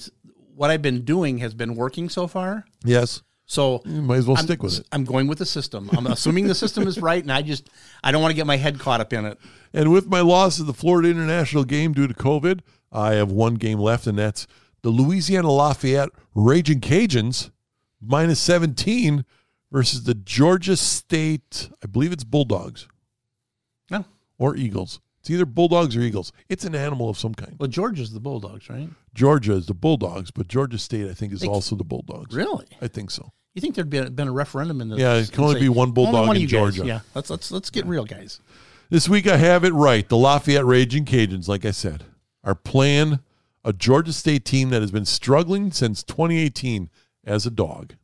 C: what I've been doing has been working so far.
B: yes,
C: So
B: you might as well
C: I'm,
B: stick with it.
C: I'm going with the system. I'm assuming the system is right, and I just I don't want to get my head caught up in it.
B: And with my loss of the Florida International game due to COVID, I have one game left, and that's the Louisiana Lafayette Raging Cajuns minus 17 versus the Georgia State, I believe it's Bulldogs.
C: No.
B: or eagles. It's either bulldogs or eagles. It's an animal of some kind.
C: Well, Georgia's the Bulldogs, right?
B: Georgia is the bulldogs, but Georgia State, I think, is
C: They-
B: also the bulldogs.
C: Really?
B: I think so.
C: You think there'd be been a referendum in the
B: Yeah, it can only be one
C: Only
B: Bulldog
C: one of
B: in
C: you guys.
B: Georgia.
C: Yeah, let's let's let's get real, guys.
B: This week I have it right. The Lafayette Raging Cajuns, like I said, are playing a Georgia State team that has been struggling since 2018 as a dog.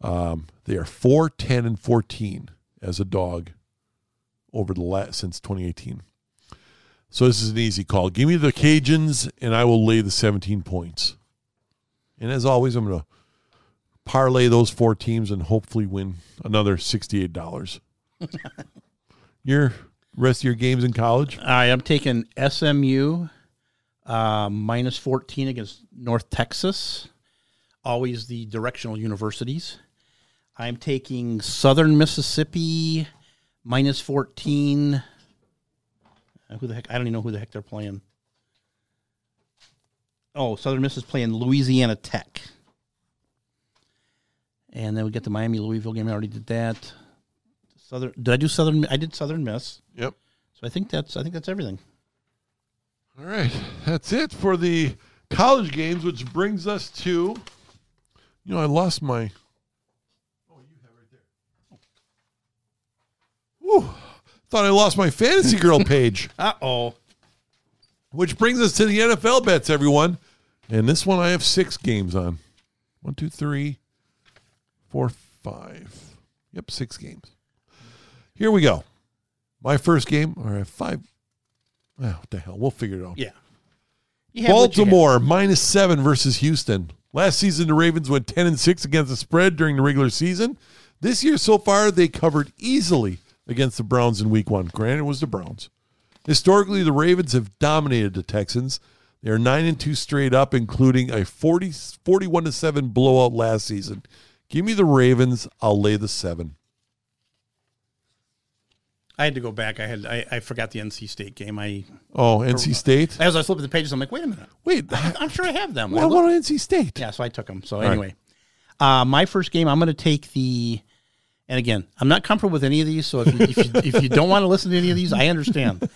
B: Um, they are 4, 10, and 14 as a dog over the last since 2018. So this is an easy call. Give me the Cajuns and I will lay the 17 points. And as always, I'm going to parlay those four teams and hopefully win another $68 your rest of your games in college?
C: All right, I'm taking SMU uh, minus 14 against North Texas, always the directional universities. I'm taking Southern Mississippi minus 14. Uh, Who the heck? I don't even know who the heck they're playing. Oh, Southern Miss is playing Louisiana Tech. And then we get the Miami Louisville game. I already did that. Southern. Did I do Southern? I did Southern Miss.
B: Yep.
C: So I think that's I think that's everything.
B: All right, that's it for the college games, which brings us to. You know, I lost my. Oh, you have right there. Whew. Thought I lost my fantasy girl page,
C: Uh oh.
B: which brings us to the NFL bets, everyone. And this one I have six games on. One, two, three, four, five. Yep, six games. Here we go. My first game, or I have five. Oh, what the hell? We'll figure it out.
C: Yeah. You have what you have.
B: Baltimore minus seven versus Houston. Last season, the Ravens went ten and six against the spread during the regular season. This year, so far, they covered easily against the Browns in Week One. Granted, it was the Browns. Historically, the Ravens have dominated the Texans. They are nine and two straight up, including a 40, 41 to seven blowout last season. Give me the Ravens. I'll lay the seven.
C: I had to go back. I had I, I forgot the NC State game. I
B: Oh, NC State.
C: as I was flipping the pages, I'm like, wait a minute.
B: Wait,
C: I'm sure I have them. I
B: what
C: looked-
B: about NC State?
C: yeah, so I took them. So
B: right.
C: anyway, uh, my first game, I'm going to take the. And again, I'm not comfortable with any of these. So if you, if you, if you don't want to listen to any of these, I understand.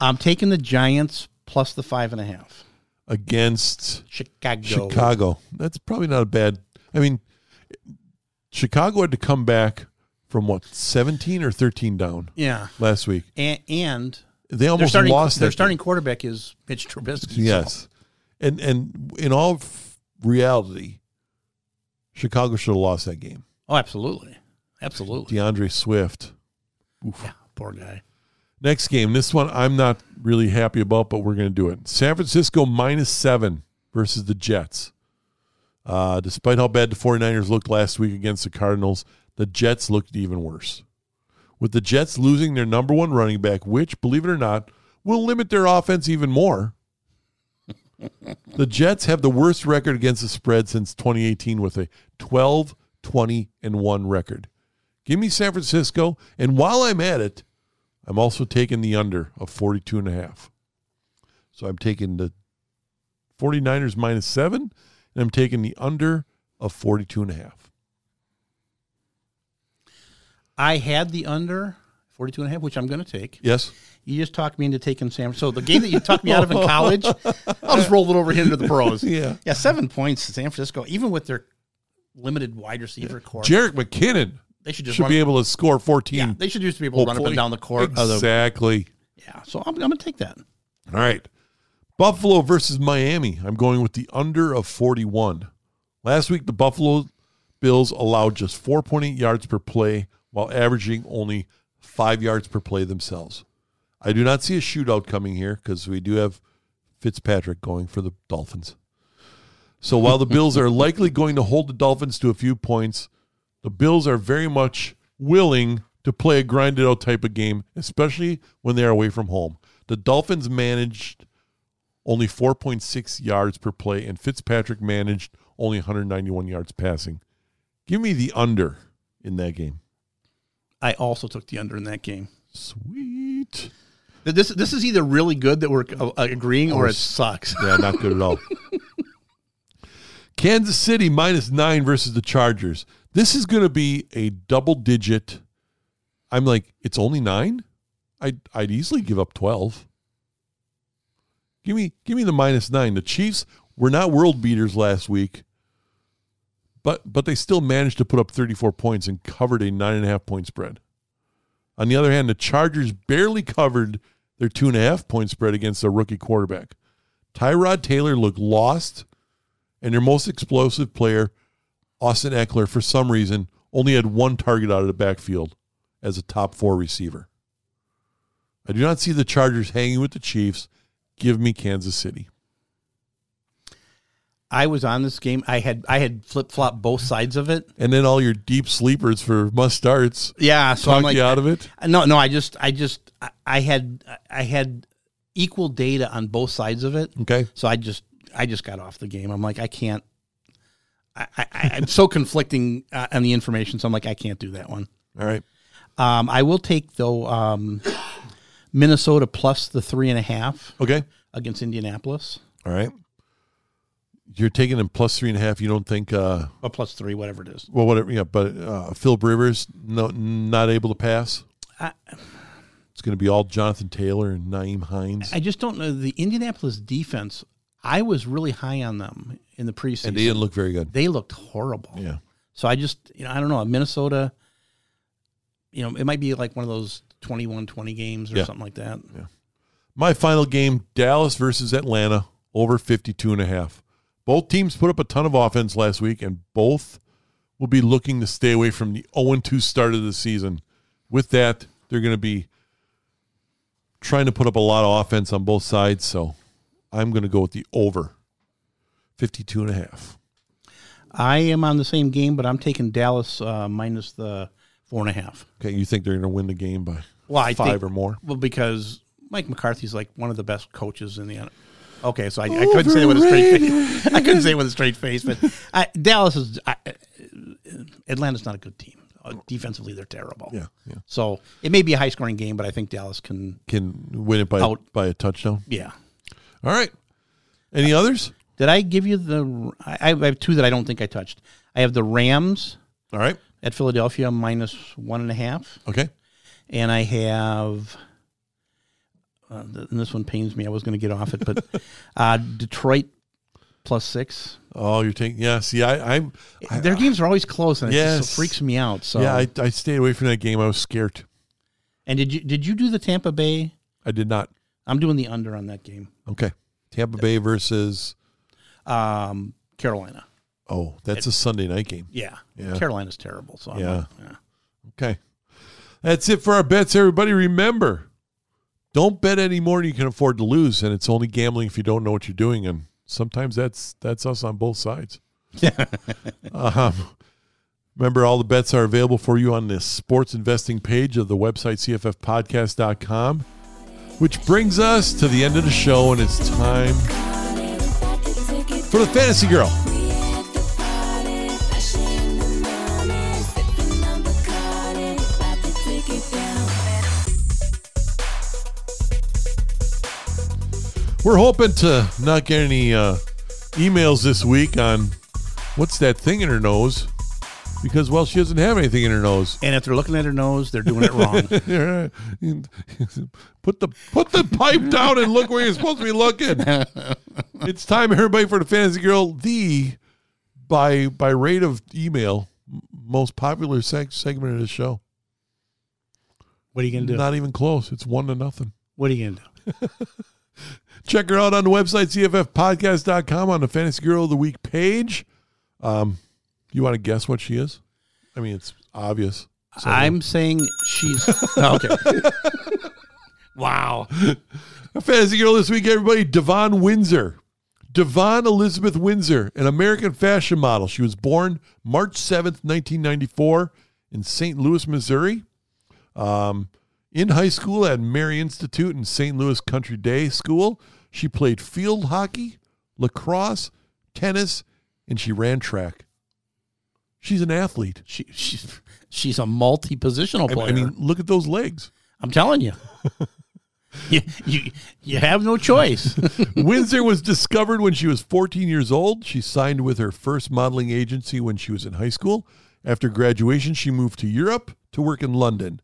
C: I'm taking the Giants plus the five and a half.
B: Against
C: Chicago.
B: Chicago. That's probably not a bad. I mean, Chicago had to come back from what seventeen or thirteen down
C: Yeah,
B: last week.
C: and, and
B: They
C: their
B: almost
C: starting
B: lost.
C: their
B: that
C: starting quarterback is Mitch Trubisky. so-
B: game. Yes, and and in all f- reality, Chicago should have lost that game.
C: Oh, absolutely, absolutely.
B: DeAndre Swift.
C: Yeah, poor guy.
B: Next game. This one I'm not really happy about, but we're going to do it. San Francisco minus seven versus the Jets. Uh, despite how bad the 49ers looked last week against the Cardinals, the Jets looked even worse. With the Jets losing their number one running back, which, believe it or not, will limit their offense even more. the Jets have the worst record against the spread since 2018 with a 12 20 and 1 record. Give me San Francisco. And while I'm at it, I'm also taking the under of 42 and a half. So I'm taking the 49ers minus 7 and I'm taking the under of 42 and a half.
C: I had the under 42 and a half, which I'm going to take.
B: Yes.
C: You just talked me into taking San So the game that you talked me out of in college, I'll just roll it over here into the pros.
B: Yeah.
C: Yeah, seven points to San Francisco, even with their limited wide receiver core.
B: Jarek McKinnon
C: they should just
B: should
C: run,
B: be able to score 14.
C: yeah, they should just be able to run up
B: hopefully.
C: and down the court. of the-
B: Exactly.
C: yeah, so I'm, I'm going to take that.
B: All right. Buffalo versus Miami. I'm going with the under of 41. Last week, the Buffalo Bills allowed just 4.8 yards per play while averaging only five yards per play themselves. I do not see a shootout coming here because we do have Fitzpatrick going for the Dolphins. So while the Bills are likely going to hold the Dolphins to a few points, the Bills are very much willing to play a grinded out type of game, especially when they are away from home. The Dolphins managed only 4.6 yards per play, and Fitzpatrick managed only 191 yards passing. Give me the under in that game.
C: I also took the under in that game.
B: Sweet.
C: Th- This this is either really good that we're uh, agreeing or it sucks.
B: Yeah, not good at all. Kansas City minus nine versus the Chargers. This is going to be a double digit. I'm like, it's only nine. I'd I'd easily give up twelve. Give me give me the minus nine. The Chiefs were not world beaters last week, but but they still managed to put up 34 points and covered a nine and a half point spread. On the other hand, the Chargers barely covered their two and a half point spread against a rookie quarterback. Tyrod Taylor looked lost, and their most explosive player, Austin Eckler, for some reason, only had one target out of the backfield as a top four receiver. I do not see the Chargers hanging with the Chiefs. Give me Kansas City.
C: I was on this game. I had I had flip flop both sides of it.
B: And then all your deep sleepers for must starts
C: Yeah, so
B: talk
C: I'm like
B: you out of it.
C: No, no. I just, I just, I- I had, I had equal data on both sides of it.
B: Okay.
C: So I just, I just got off the game. I'm like, I can't. I, I, I'm so conflicting uh, on the information. So I'm like, I can't do that one.
B: All right.
C: Um, I will take though um, Minnesota plus the three and a half
B: Okay.
C: against Indianapolis.
B: All right. You're taking him plus three and a half. You don't think, uh,
C: Well, plus three, whatever it is.
B: well, whatever. Yeah, but uh, Phil Rivers no, not able to pass.
C: I-
B: it's going to be all Jonathan Taylor and Naeem Hines.
C: I just don't know the Indianapolis defense. I was really high on them in the preseason.
B: and they didn't look very good.
C: they looked horrible.
B: Yeah.
C: So I just, you know, I don't know. Minnesota, you know, it might be like one of those 21 20 games or
B: Yeah.
C: something like that.
B: My final game, Dallas versus Atlanta, over 52 and a half. Both teams put up a ton of offense last week, and both will be looking to stay away from the 0-2 start of the season. With that, they're going to be trying to put up a lot of offense on both sides, so I'm going to go with the over, 52 and a half.
C: I am on the same game, but I'm taking Dallas uh, minus the four and a half.
B: Okay, you think they're going to win the game by
C: Well, I
B: five
C: think-
B: or more?
C: Well, because Mike McCarthy's like one of the best coaches in the NFL. Okay, so I, I couldn't say it with a straight face. I couldn't say it with a straight face, but I, Dallas is I, Atlanta's not a good team. Uh, Defensively, they're terrible.
B: Yeah, yeah.
C: So it may be a high scoring game, but I think Dallas can.
B: Can win it by,
C: Out.
B: by a touchdown?
C: Yeah.
B: All right. Any others?
C: Did I give you the? I, I have two that I don't think I touched. I have the Rams
B: All right.
C: at Philadelphia minus one and a half,
B: Okay.
C: and I have. Uh, th- and this one pains me. I was going to get off it, but uh, Detroit plus six.
B: Oh, you're taking yeah. See, I, I'm
C: Their games are always close, and it
B: Yes.
C: just freaks me out. So,
B: yeah. I, I stayed away from that game. I was scared.
C: and did you did you do the Tampa Bay?
B: I did not.
C: I'm doing the under on that game.
B: Okay, Tampa Bay versus
C: Um, Carolina.
B: oh, that's a Sunday night game.
C: Yeah.
B: Yeah.
C: Carolina's terrible. So I'm
B: Yeah.
C: not- yeah.
B: Okay, that's it for our bets, everybody. Remember, don't bet any more than you can afford to lose, and it's only gambling if you don't know what you're doing. And sometimes that's that's us on both sides. um, remember, all the bets are available for you on the sports investing page of the website cffpodcast.com. Which brings us to the end of the show, and it's time for the fantasy girl. We're hoping to not get any uh, emails this week on what's that thing in her nose because, well, she doesn't have anything in her nose.
C: And if they're looking at her nose, they're doing it wrong.
B: put the put the pipe down and look where you're supposed to be looking. It's time, everybody, for the Fantasy Girl, the by by rate of email m- most popular seg- segment of the show.
C: what are you going to do?
B: Not even close. It's one to nothing.
C: what are you going to do?
B: Check her out on the website, cffpodcast.com, on the Fantasy Girl of the Week page. Um, you want to guess what she is? I mean, it's obvious. So-
C: I'm saying she's okay. wow.
B: Our Fantasy Girl this week, everybody, Devon Windsor. Devon Elizabeth Windsor, an American fashion model. She was born March 7th, 1994, in St. Louis, Missouri. Um, in high school at Mary Institute and St. Louis Country Day School, she played field hockey, lacrosse, tennis, and she ran track. She's an athlete.
C: She, she's she's a multi-positional
B: I-
C: player.
B: I mean, look at those legs.
C: I'm telling you. you, you, you have no choice.
B: Windsor was discovered when she was 14 years old. She signed with her first modeling agency when she was in high school. After graduation, she moved to Europe to work in London.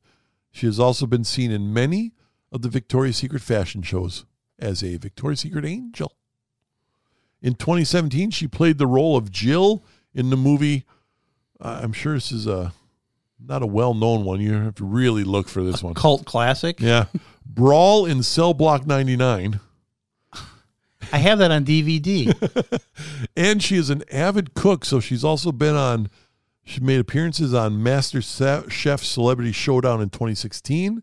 B: She has also been seen in many of the Victoria's Secret fashion shows as a Victoria's Secret angel. In 2017, she played the role of Jill in the movie. I- I'm sure this is a not a well-known one. You have to really look for this one.
C: Cult classic.
B: Yeah, Brawl in Cell Block 99.
C: I have that on DVD.
B: and she is an avid cook. So she's also been on. She made appearances on Master Se- Chef Celebrity Showdown in 2016,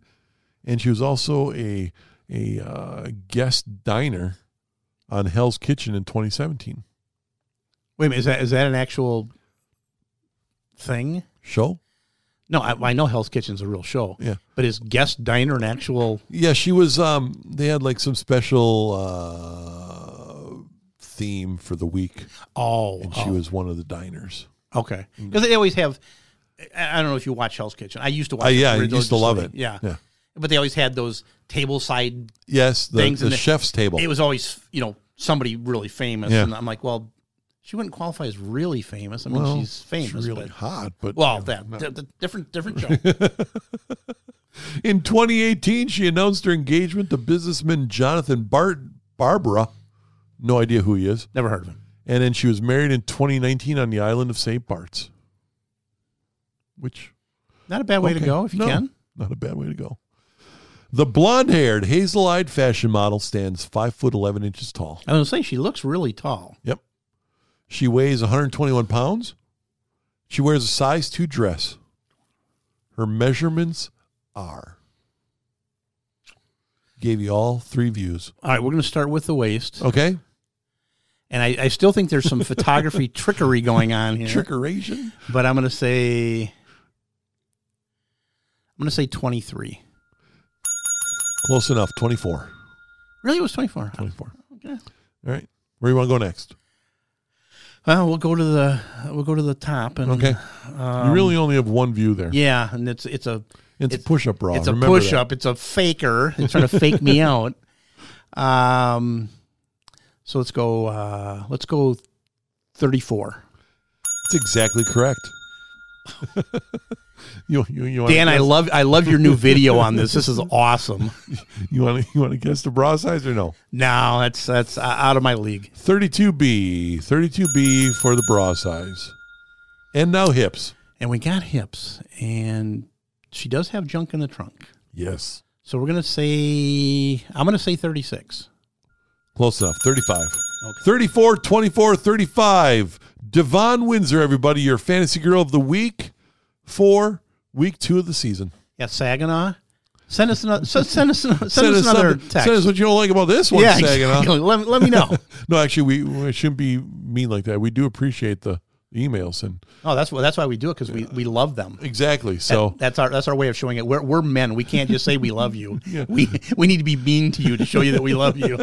B: and she was also a a uh, guest diner on Hell's Kitchen in 2017.
C: Wait a minute, is that is that an actual thing?
B: Show?
C: No, I, I know Hell's Kitchen's a real show.
B: Yeah.
C: But is guest diner an actual
B: Yeah, she was. Um, they had like some special uh, theme for the week,
C: oh,
B: and she Mm.
C: oh,
B: was one of the diners.
C: okay. Because they always have I I don't know if you watch Hell's Kitchen. I used to watch
B: I, Uh, yeah, I
C: religiously.
B: used to love it.
C: Yeah.
B: yeah.
C: But they always had those table side
B: Yes, the,
C: Things
B: the
C: in the-
B: chef's table.
C: it was always, you know, somebody really famous.
B: Yeah.
C: And I'm like, well, She wouldn't qualify as really famous. I mean,
B: Well,
C: she's famous.
B: She's really
C: but-
B: hot, but
C: Well,
B: you know,
C: that
B: not-
C: d- d- different different show.
B: In 2018, she announced her engagement to businessman Jonathan Bart Barbara. No idea who he is.
C: Never heard of him.
B: And then she was married in 2019 on the island of St. Bart's, which
C: Not a bad way to
B: Okay.
C: go if you
B: No,
C: can.
B: Not a bad way to go. The blonde-haired, hazel-eyed fashion model stands five foot eleven inches tall.
C: I was gonna say she looks really tall.
B: Yep, she weighs 121 pounds. She wears a size two dress. Her measurements are. Gave you all three views.
C: All right, we're gonna start with the waist,
B: Okay,
C: and I, I still think there's some photography trickery going on here.
B: trickeration.
C: But I'm gonna say, I'm gonna say 23.
B: Close enough. 24.
C: Really, it was 24.
B: 24.
C: Okay.
B: All right. Where do you want to go next?
C: Well, we'll go to the we'll go to the top and
B: Okay. you really only have one view there.
C: um, yeah, and it's it's a
B: it's, a push-up bra.
C: it's a
B: Remember that.
C: push up. It's a faker. It's trying to fake me out. Um, so let's go. Uh, let's go. Thirty-four.
B: That's exactly correct. you you you want
C: Dan, I
B: guess,
C: love I love your new video on this. This is awesome.
B: you want to you want to guess the bra size or no?
C: No, that's that's uh, out of my league.
B: 32B, 32B for the bra size. And now hips.
C: And we got hips, and she does have junk in the trunk.
B: Yes.
C: So we're gonna say I'm gonna say thirty-six.
B: Close enough. 35. 34, 24, 35. Devon Windsor, everybody, your fantasy girl of the week for week two of the season.
C: Yeah, Saginaw. Send us another. Send us another. Send, us another
B: something-
C: text.
B: Send us what you don't like about this one,
C: yeah,
B: Saginaw.
C: exactly. Let, let me know.
B: No, actually, we, we shouldn't be mean like that. We do appreciate the emails and
C: Oh, that's why that's why we do it because we, we love them.
B: exactly. So
C: That- that's our that's our way of showing it. We're we're men. We can't just say we love you.
B: Yeah.
C: We we need to be mean to you to show you that we love you.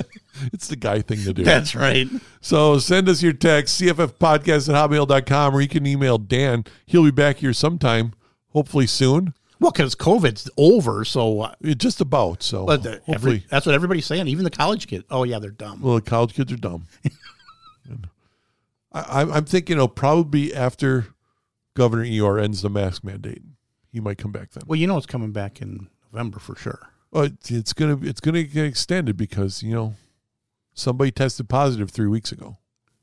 B: it's the guy thing to do.
C: That's right.
B: So send us your text, cffpodcast at hotmail.com, or you can email Dan. He'll be back here sometime, hopefully soon.
C: Well, because COVID's over, so uh,
B: It just about. So
C: but the-
B: Oh, hopefully,
C: every, that's what everybody's saying. Even the college kids. Oh yeah, they're dumb.
B: well, the college kids are dumb. I, I'm- I'm thinking it'll probably be after Governor Eeyore ends the mask mandate. He might come back then.
C: Well, you know it's coming back in November for sure.
B: Well, it's, it's gonna it's gonna get extended because you know somebody tested positive three weeks ago.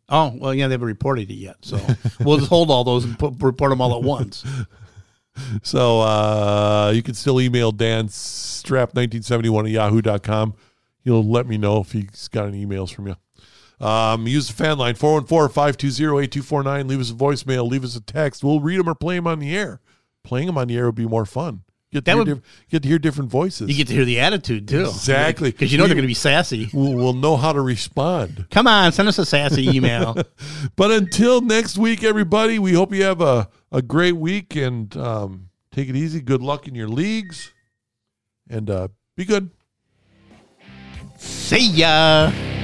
C: Oh well, yeah, they haven't reported it yet, so we'll just hold all those and put, report them all at once.
B: So uh, you can still email Dan Strap1971 at yahoo.com. He'll let me know if he's got any emails from you. Um, use the fan line 414 520 8249. Leave us a voicemail, leave us a text. We'll read them or play them on the air. Playing them on the air would be more fun. Get to,
C: That
B: hear,
C: would-
B: diff- get to hear different voices.
C: You get to hear the attitude too,
B: Exactly.
C: because you know
B: We-
C: they're going to be sassy.
B: we'll, we'll know how to respond.
C: Come on, send us a sassy email.
B: But until next week, everybody, we hope you have a, a great week and um, take it easy. Good luck in your leagues and uh, be good.
C: See ya.